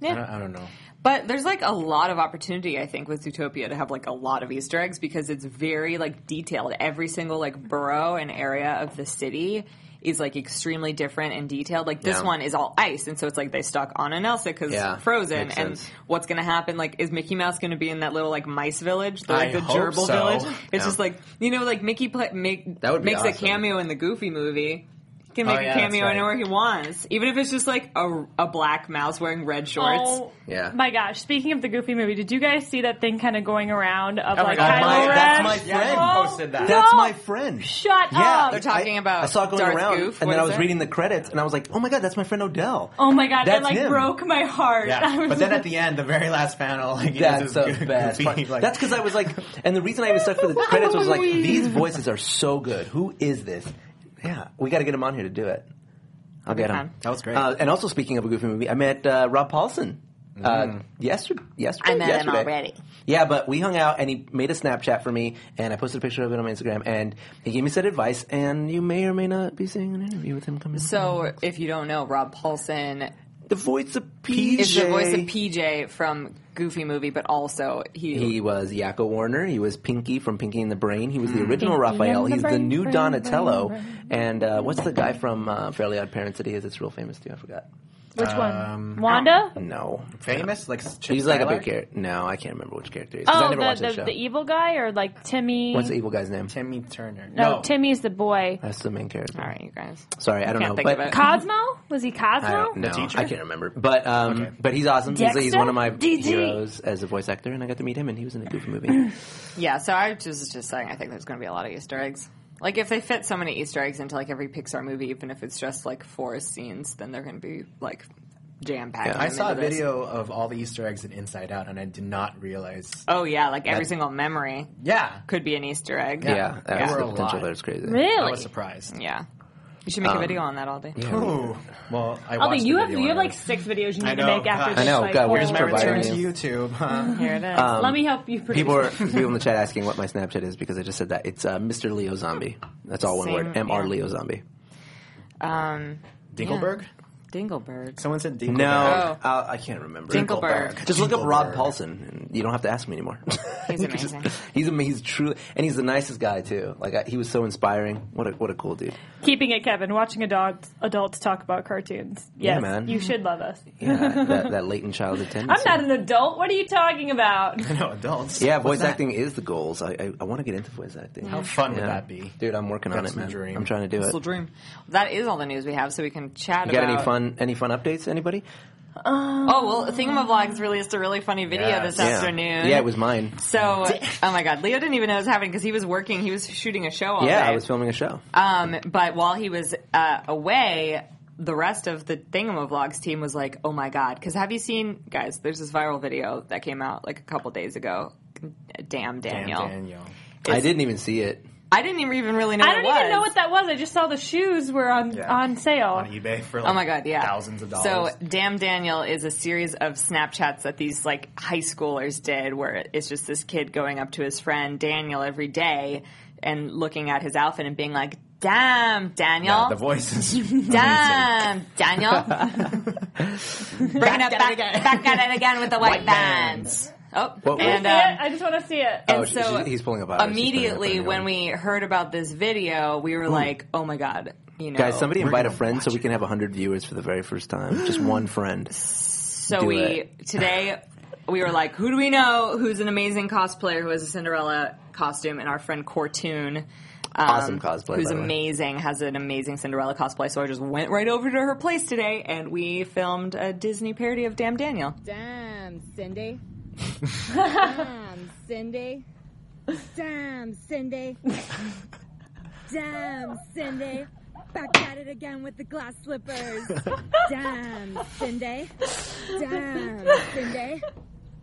Yeah.
I, don't, I don't know.
But there's like a lot of opportunity, I think, with Zootopia to have like a lot of Easter eggs because it's very like detailed. Every single like borough and area of the city is like extremely different and detailed. Like this
Yeah.
one is all ice, and so it's like they stuck on an Elsa because
Yeah,
frozen.
makes
And
sense.
what's gonna happen? Like, is Mickey Mouse gonna be in that little like mice village, the,
I
like the
hope
gerbil
so.
village? It's
Yeah.
just like you know, like Mickey pla make,
That would be
makes a
awesome.
cameo in the Goofy movie. He Can make
Oh, yeah,
a
that's
cameo
right.
anywhere he wants, even if it's just like a, a black mouse wearing red shorts.
(laughs) Oh,
Yeah.
My gosh, speaking of the Goofy movie, did you guys see that thing kind of going around of
Oh my
like
God.
Kylo
My-
Ren?
that's my friend
Oh,
posted that.
no.
That's my friend.
Shut
Yeah,
up.
They're talking about
I saw it going
Darth
around,
Goof.
and
What
then I
is
was
it?
reading the credits, and I was like, "Oh my god, that's my friend Odell."
Oh my god, that
That's
like
him.
broke my heart. (laughs) I
Yeah.
was
But then
like-
at the end, the very last panel, like he
That's
does
(laughs)
the
this goo-
best.
goofy,
part.
like-
That's because I was like, and the reason I even stuck for the credits was like, these voices are so good. Who is this? Yeah, we got to get him on here to do it. I'll get him.
fun.
That was great.
Uh, and also, speaking of a goofy movie, I met uh, Rob Paulson uh,
Mm.
yesterday. Yesterday,
I met him
yesterday.
already.
Yeah, but we hung out, and he made a Snapchat for me, and I posted a picture of it on my Instagram, and he gave me said advice, and you may or may not be seeing an interview with him coming. up.
So, if you don't know, Rob Paulson
the voice of PJ
is the voice of PJ from Goofy Movie, but also he.
He was Yakko Warner. He was Pinky from Pinky and the Brain. He was the original Raphael.
Mm. and the
He's the
Brain,
new
Brain,
Donatello.
Brain,
And uh, what's the guy from uh, Fairly Odd Parents that he is? It's real famous too. I forgot.
Which
Um,
one? Wanda?
No,
famous like Chip
he's like a
Skylar?
big character. No, I can't remember which character. He is, 'cause I
Oh,
never watched
the,
that
the,
show.
the E? evil guy or like Timmy?
what's the evil guy's name?
Timmy Turner.
no, Timmy's
(laughs)
the boy.
That's the main character.
All right, you guys.
Sorry, I don't
Can't
know.
think
but
of it.
Cosmo? Was he Cosmo?
I don't know.
The teacher?
I can't remember. But um, but he's awesome. He's,
Dexter?
he's one of my
DD.
heroes as a voice actor, and I got to meet him, and he was in a goofy movie.
Yeah, so I was just, just saying, I think there's going to be a lot of Easter eggs. Like, if they fit so many Easter eggs into like every Pixar movie, even if it's just like four scenes, then they're going to be like jam packed.
I saw a video of all the Easter eggs in Inside Out, and I did not realize.
Oh yeah, like every single memory
Yeah,
could be an Easter egg.
yeah, that was
There were
the
a
potential
lot.
there was crazy.
I was
Really?
surprised.
Yeah. You should make
Um,
a video on that all day.
Ooh. Well, I
Although
watched
you
the
have
video
you have
and I
like
was-
six videos you need
I
to
know,
make after
gosh.
this.
I know,
Like,
God,
where's
where's
Here's my
Providing
return to
you. um,
YouTube.
(laughs)
huh?
Here it is.
Let me help you produce.
People are people in the chat asking what my Snapchat is because I just said that. It's uh, Mr. Leo Zombie. That's all one
Same,
word. M R
yeah.
Leo Zombie.
um,
Dingleberg.
Dingleberg.
Someone said Dingleberg.
No,
Oh.
(laughs)
I'll- Uh, I can't remember.
Dinkelberg.
Just look up
Dinkelberg.
Rob Paulson. And you don't have to ask me anymore.
He's
You can (laughs) just-
amazing.
he's ama- he's truly, and he's the nicest guy too. Like I, he was so inspiring. What a what a cool dude.
Keeping it, Kevin. Watching adults adults talk about cartoons. Yes,
Yeah, man.
you should love us.
Yeah, that, that, that latent childhood
I'm
tendency.
not an adult. What are you talking about?
No
(laughs)
adults.
yeah,
What's
voice
that?
acting is the goals. I I, I want to get into voice acting.
How fun would
Yeah.
that be?
Dude, I'm working
That's
on
the
it, man.
dream.
I'm trying to do it.
Still dream. That is all the news we have, so we can chat
You got
about.
any fun any fun updates? Anybody?
Oh well, Thingamavlogs released a really funny video
Yes.
this
Yeah.
afternoon.
Yeah, it was mine.
So,
(laughs)
oh my God, Leo didn't even know it was happening because he was working. He was shooting a show all
Yeah,
day.
I was filming a show.
Um, but while he was uh, away, the rest of the Thingamavlogs team was like, "Oh my god!" Because have you seen, guys? There's this viral video that came out like a couple days ago. Damn,
Damn,
Daniel.
Daniel.
I didn't even see it.
I didn't even really know.
I
it
don't
was.
even know what that was. I just saw the shoes were on
Yeah.
on sale.
on eBay for like
Oh my god, yeah.
thousands of dollars.
So, Damn Daniel is a series of Snapchats that these like high schoolers did where it's just this kid going up to his friend Daniel every day and looking at his outfit and being like, Damn, Daniel.
the voice
(laughs)
is
Damn,
(laughs)
Daniel. (laughs) Bringing up back, back at it again with the white, bands. Oh,
What-
and
See
um,
it? I just want to see it.
And
Oh, she-
so
she- he's pulling up ours. She's putting it up
Immediately when we heard about this video, we
Hmm.
were like, "Oh my god!" You know,
Guys, somebody
we're
invite a
gonna-
friend so we can have 100 viewers for the very
(gasps)
first time. Just one friend.
So
Do
we
it.
today we were like, "Who do we know? Who's an amazing cosplayer who has a Cinderella costume?" And our friend Cortoon. um,
Awesome cosplay,
Who's
by the way.
amazing, has an amazing Cinderella cosplay. So I just went right over to her place today and we filmed a Disney parody of Damn Daniel.
Damn, Cindy. Damn, Cindy. Damn, Cindy. Damn, Cindy. Back at it again with the glass slippers. Damn, Cindy. Damn, Cindy.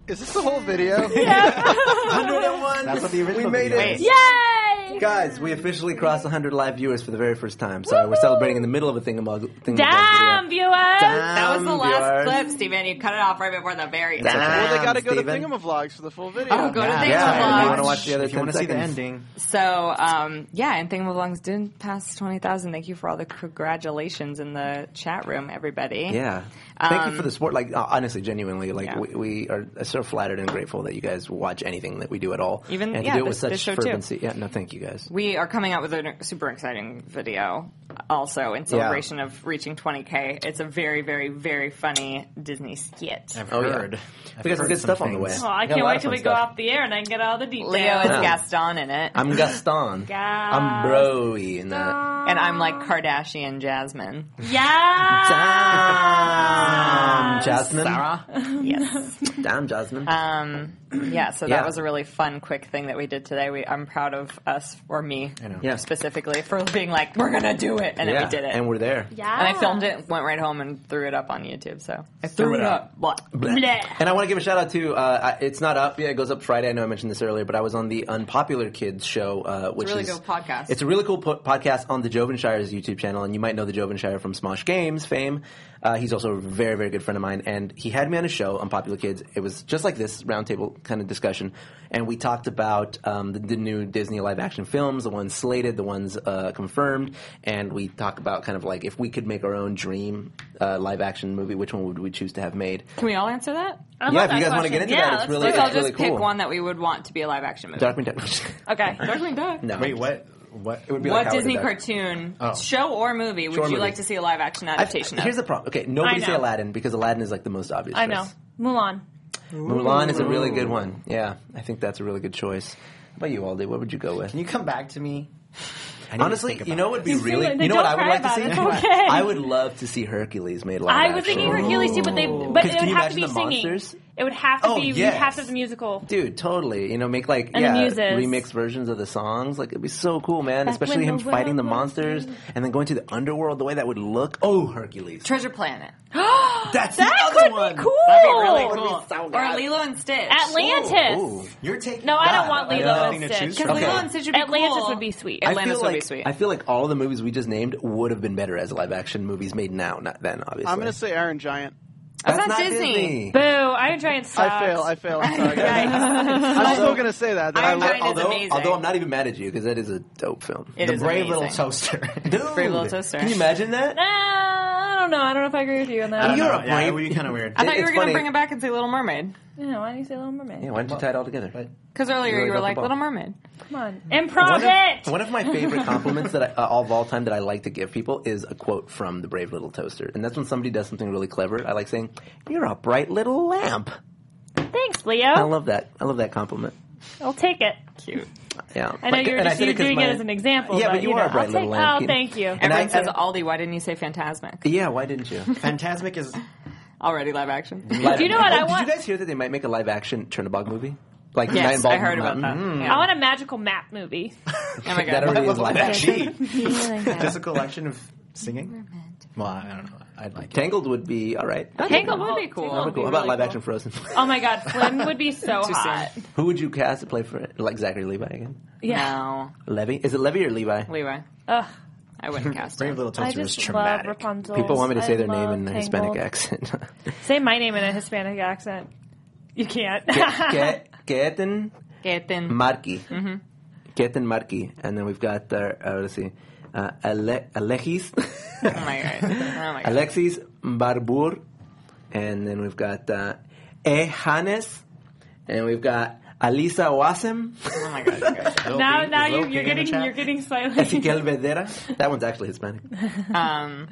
Is this the whole video?
That's what the original
We made
video
it.
is.
Yay!
Guys, we officially crossed 100 live viewers for the very first time. Sorry, we're celebrating in the middle of a thingamog. thingamabob's
Damn,
video.
viewers!
That was the
Damn,
last
viewers.
clip, Steven. You cut it off right before the very
That's okay.
well, they got to go
Steven.
to Thingamavlogs for the full video.
Um, Oh, go to
Yeah,
Thingamavlogs.
yeah, if you want to watch the other
If you
10
wanna see the
seconds.
ending.
So um, yeah, and Thingamavlogs didn't pass twenty thousand. Thank you for all the congratulations in the chat room, everybody.
Yeah. Thank
Um,
you for the support. Like, uh, honestly, genuinely, like,
Yeah.
we, we are so flattered and grateful that you guys watch anything that we do at all.
Even-
and
yeah,
to do it
this-
with
this show
such
too.
fervency. Yeah, no, thank you guys.
We are coming out with a super exciting video also in celebration of reaching 20k. It's a very, very, very funny Disney skit.
I've
Oh, yeah.
heard.
We got some good stuff on the way.
Oh,
We
I
got a
can't
lot
wait
of
till
fun
we go
stuff.
off the air and I can get all the details.
Leo is
Yeah.
Gaston in it. (laughs)
I'm uh, Gaston. I'm Broy in that.
And I'm like Kardashian
(laughs)
Jasmine.
Yeah.
Jasmine. (laughs)
Yes.
Damn, Jasmine.
Um, yeah, so that
Yeah.
was a really fun, quick thing that we did today. We, I'm proud of us, or me
Yeah.
specifically, for being like, we're going to do it. And then
Yeah,
we did it.
And we're there.
And I filmed it, went right home, and threw it up on YouTube. So I
Threw it
Blah.
Blech.
Blech.
And I want to give a shout out to uh, I- it's not up yet. It goes up Friday. I know I mentioned this earlier, but I was on the Unpopular Kids show, uh, which
It's a really
is
good podcast.
It's a really cool po- podcast on the Jovenshire's YouTube channel, and you might know the Jovenshire from Smosh Games fame. Uh, he's also a very, very good friend of mine, and he had me on a show on Popular Kids. It was just like this roundtable kind of discussion, and we talked about um, the, the new Disney live action films, the ones slated, the ones uh, confirmed, and we talk about kind of like if we could make our own dream uh, live action movie, which one would we choose to have made?
Can we all answer that?
I love
yeah, if you
that
guys want to
question.
get into
Yeah,
that,
let's
it's
do
really,
Let's
it's
all
really
just
cool.
pick one that we would want to be a live action movie.
Darkwing Duck. (laughs)
Okay, Darkwing Duck.
no,
Wait, what? What?
It would be
What
like Howard the
Disney
Duck.
cartoon,
Oh.
show or movie, would
Show or
you
movie.
like to see a live action
I've-
adaptation of?
here's the problem. Okay, nobody
I
say
know.
Aladdin because Aladdin is like the most obvious.
I know.
choice.
Mulan.
Mulan is a really good one. Yeah, I think that's a really good choice. How about you, Aldi? What would you go with?
Can you come back to me? I need to
Honestly,
think about
you know what would be
this.
really.
Then
You know what I
don't
would like to
cry
see?
about it. It's okay.
I would love to see Hercules made live.
I
action.
was thinking Hercules too, but they but
'Cause
it
can
would
you
have to
imagine
be
the
singing.
monsters?
It would have to
Oh,
be you'd
yes.
have to have
(gasps)
the musical.
Dude, totally. You know, make like
And the
yeah, remix
muses.
versions of the songs. Like it'd be so cool, man.
Back
Especially
when
him
the
fighting the
world was
monsters and then going to the underworld. The way that would look. Oh, Hercules.
Treasure Planet.
That's
That
the other
could be
one.
cool.
That'd be really
Cool.
cool.
Or Lilo and Stitch.
Atlantis.
Ooh, you're taking.
No, I
that.
don't want
That's
Lilo
nothing
and
to choose
Stitch.
from. Okay.
Atlantis would be sweet.
I feel like I feel like all the movies we just named would have been better as live action movies made now, not then. Obviously,
I'm going to say Iron Giant.
that's,
not Disney.
Boo! Iron Giant sucks.
I fail. I fail. I'm sorry. guys. I'm still going to say that.
Iron
I
Giant is
although,
amazing.
although I'm not even mad at you because that is a dope film.
It
the
is
brave little
amazing.
(laughs)
toaster.
Dude,
Brave Little Toaster.
Can you imagine that?
Uh, I don't know. I don't know if I agree with you on that.
You're
know.
a
Yeah, it
brave.
would be kind of weird.
I thought
It-
you were
it's
going to
funny.
bring it back and say Little Mermaid.
You know, why do you say Little Mermaid?
yeah, why don't you tie it all together?
Because earlier
Really
you were
about
like,
the ball.
Little Mermaid.
Come on, improv
One of,
it.
one of my favorite compliments that I, uh, of all time that I like to give people is a quote from the Brave Little Toaster, and that's when somebody does something really clever. I like saying, "You're a bright little lamp."
Thanks,
I
Leo.
love that. I love that compliment.
I'll take it. Cute.
Yeah,
I know
Like,
you're
and I
just
said
you're
it 'cause
doing
my-
it as an example.
Yeah, but you
know,
are a bright
I'll
little
take,
lamp,
Oh,
you-
thank you.
And I-
Everyone says Aldi. Why didn't you say Fantasmic?
Yeah, why didn't you?
(laughs) Fantasmic is
Already live action.
Live-
Do you know what
Oh,
I
Did
want?
you guys hear that they might make a live action Chernobog movie? Like Night in
yes, I
Bald
heard about that.
Mountain?
Yeah.
I want a magical map movie.
Oh my
Mm-hmm. That
god. (laughs)
already is live action.
just a collection of singing. Well, I don't know. I'd like it.
Tangled would be all right.
Tangled would be cool.
How about live action Frozen?
Oh my god, Flynn would be so hot.
Who would you cast to play for it? Like Zachary Levi again?
Yeah.
No,
Levy? Is it Levy or Levi?
Levi.
Ugh,
I wouldn't
(laughs)
cast
Brave
him.
Little
I
Toaster was
just love
traumatic.
Rapunzel.
People want me to say
I
their name
love
in a
Tangled.
Hispanic accent.
Say my name in a Hispanic accent. You can't. (laughs)
Ke- Keaton
Get thin.
Markey. Keaton Markey. And then we've got, uh, uh, let's see, uh, Ale- Alexis.
Oh my
(laughs)
god. Oh my god.
Alexis Barbour. And then we've got uh, E. Hannes. And we've got Alisa
(laughs)
Wasem.
Oh my god. you guys.
now, now you, you're getting
(laughs)
you're getting slightly.
Ezequiel Vedera. That one's actually Hispanic.
um,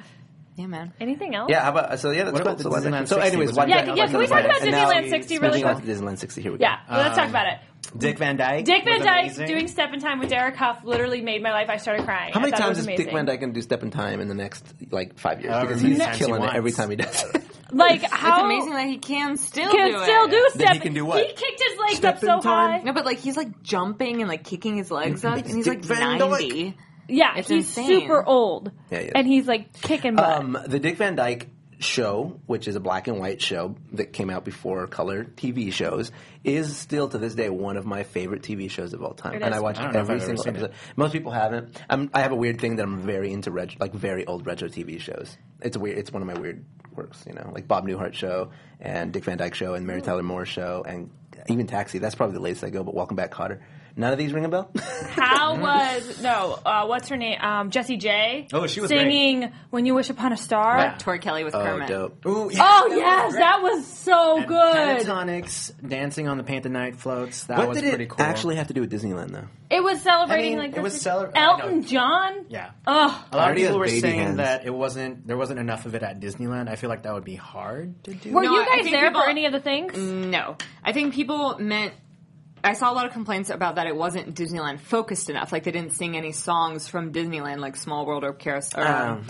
yeah, man.
Anything else?
Yeah, how about, so yeah, that's
What
cool.
about
So,
the
one section.
Disneyland
so
60?
anyways,
Was
one
it-
Yeah, yeah, can we talk about
And now
Disneyland 60 really
switching on
quick?
to Disneyland 60. Here we go.
Yeah, well,
Um,
let's talk about it.
Dick Van Dyke.
Dick Van
was
Dyke
amazing.
doing Step in Time with Derek Huff literally made my life. I started crying.
How many
I thought it
times
was
is Dick
amazing.
Van Dyke going to do Step in Time in the next like five years?
However
because
many
he's
times he
killing it
wants.
every time he does
(laughs)
it.
Like
It's
how
amazing that he can still
can
do
still
it.
do
That
step.
he can do what?
He kicked his legs
Step
up
in
so
time?
high.
No, but like he's like jumping and like kicking his legs up, and he's like
(laughs) Dick Van Dyke.
ninety.
Yeah,
It's
he's
insane.
super old.
Yeah, he is.
and he's like kicking butt.
Um, the Dick Van Dyke show, which is a black and white show that came out before color TV shows, is still to this day one of my favorite TV shows of all time.
It
and
is.
I watch
I don't know if
every
I've ever
single
seen it.
episode. Most people haven't. I'm, I have a weird thing that I'm very into ret- like very old retro TV shows. It's weird. It's one of my weird works, you know, like Bob Newhart show and Dick Van Dyke show and Mary
Hmm.
Tyler Moore show and even Taxi. That's probably the latest I go. But Welcome Back, Cotter. None of these ring a bell.
How was no? Uh, what's her name? Um, Jessie J.
Oh, she was
singing "When You Wish Upon a Star."
Yeah.
Tori Kelly with
oh,
Kermit.
dope.
Ooh, yeah.
Oh yes, that was so
And
good.
Pentatonics dancing on the Panthenite floats. That
What
was
did it
pretty cool.
actually have to do with Disneyland, though?
It was celebrating
I mean,
like
it was
this-
cele- I
Elton
know.
John.
yeah.
Oh,
A lot of
Already
people
has
were
baby
saying
hands.
that it wasn't there wasn't enough of it at Disneyland. I feel like that would be hard to do.
were
No,
you
I
guys
think
there
people-
for any of the things?
No, I think people meant. I saw a lot of complaints about that it wasn't Disneyland focused enough. Like they didn't sing any songs from Disneyland, like Small World or Carousel.
Um,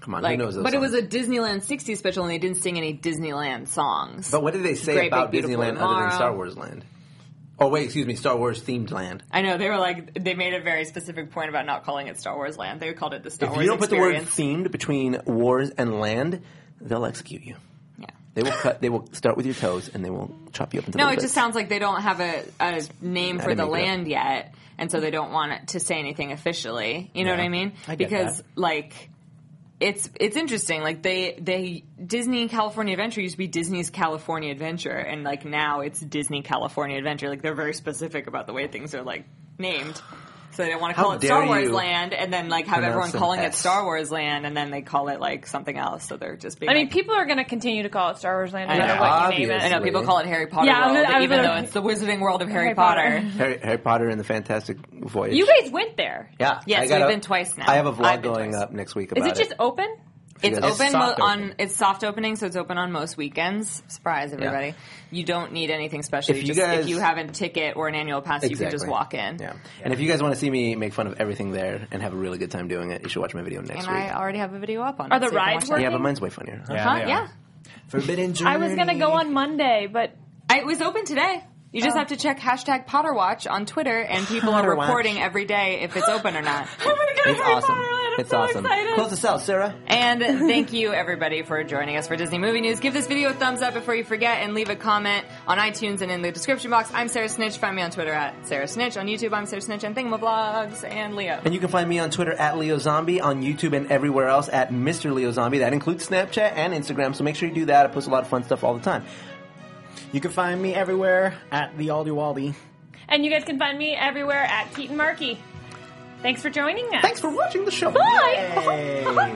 come on,
Oh. like,
who knows? those
but it was
songs?
a Disneyland '60s special, and they didn't sing any Disneyland songs.
But what did they say
Great Big
about
Beautiful
Disneyland other
Tomorrow.
than Star Wars Land? Oh wait, excuse me, Star Wars themed land.
I know they were like they made a very specific point about not calling it Star Wars Land. They called it the Star
If
Wars
you don't put the word
Experience.
themed between wars and land, they'll execute you.
yeah.
They will cut. They will start with your toes and they will chop you up into.
No,
little
it just
bits.
sounds like they don't have a, a name
I
for
didn't
the
make it up.
land yet, and so they don't want it to say anything officially. You know what I mean?
I get
because
that.
like it's it's interesting. Like they they Disney California Adventure used to be Disney's California Adventure, and like now it's Disney California Adventure. Like they're very specific about the way things are like named. So they don't want to
How
call it Star
dare
Wars
you
Land, and then like have
pronounce
everyone
an
calling it
S.
Star Wars Land, and then they call it like something else. So they're just being.
I mean,
like,
people are going to continue to call it Star Wars Land no
I
matter
know.
what you name
Obvious.
it.
I know people call it Harry Potter
Yeah, I was-
World,
I was
even
gonna-
though it's the Wizarding World of Harry,
Harry Potter.
Potter.
(laughs)
Harry, Harry Potter and the Fantastic Voyage.
You guys went there.
yeah,
Yes,
I got
we've
a-
been twice now.
I have a
I've
vlog
been
going
twice.
up next week
Is
about
it just open?
It's
Yes.
open,
soft
mo- on
open.
it's soft opening, so it's open on most weekends. Surprise, everybody! You don't need anything special.
If
you
you
just, if
guys-
you have a ticket or an annual pass, you can just walk in.
Yeah. And if you guys want to see me make fun of everything there and have a really good time doing it, you should watch my video next
And
week.
I already have a video up on.
Are
it, so
the
you can
rides
watch
working?
yeah, but mine's way funnier.
that.
Yeah,
Huh?
they
Yeah,
are. Forbidden Journey.
I was going to go on Monday, but
I, it was open today. You
Oh.
just have to check hashtag PotterWatch on Twitter, and people are
Potterwatch.
reporting every day if it's open or not.
(laughs) I'm going to go to
It's
Harry
awesome.
Potter Land. I'm
it's
so
awesome.
excited.
Close this out, Sarah.
And thank you everybody for joining us for Disney Movie News. Give this video a thumbs up before you forget and leave a comment on iTunes and in the description box. I'm Sarah Snitch. Find me on Twitter at Sarah Snitch. On YouTube, I'm Sarah Snitch and Thingamablogs and Leo.
And you can find me on Twitter at Leo Zombie, on YouTube and everywhere else at Mr. Leo Zombie. That includes Snapchat and Instagram, so make sure you do that. I post a lot of fun stuff all the time.
You can find me everywhere at the Aldi Waldy.
And you guys can find me everywhere at Keaton Markey. Thanks for joining us.
Thanks for watching the show.
Bye.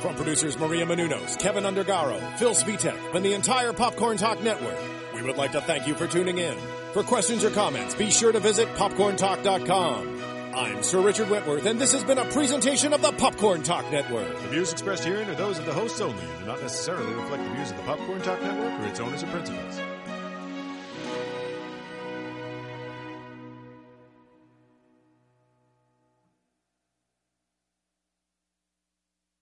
From producers Maria Menunos, Kevin Undergaro, Phil Svitek, and the entire Popcorn Talk Network, we would like to thank you for tuning in. For questions or comments, be sure to visit popcorntalk.com. I'm Sir Richard Wentworth, and this has been a presentation of the Popcorn Talk Network.
The views expressed herein are those of the hosts only and do not necessarily reflect the views of the Popcorn Talk Network or its owners or principals.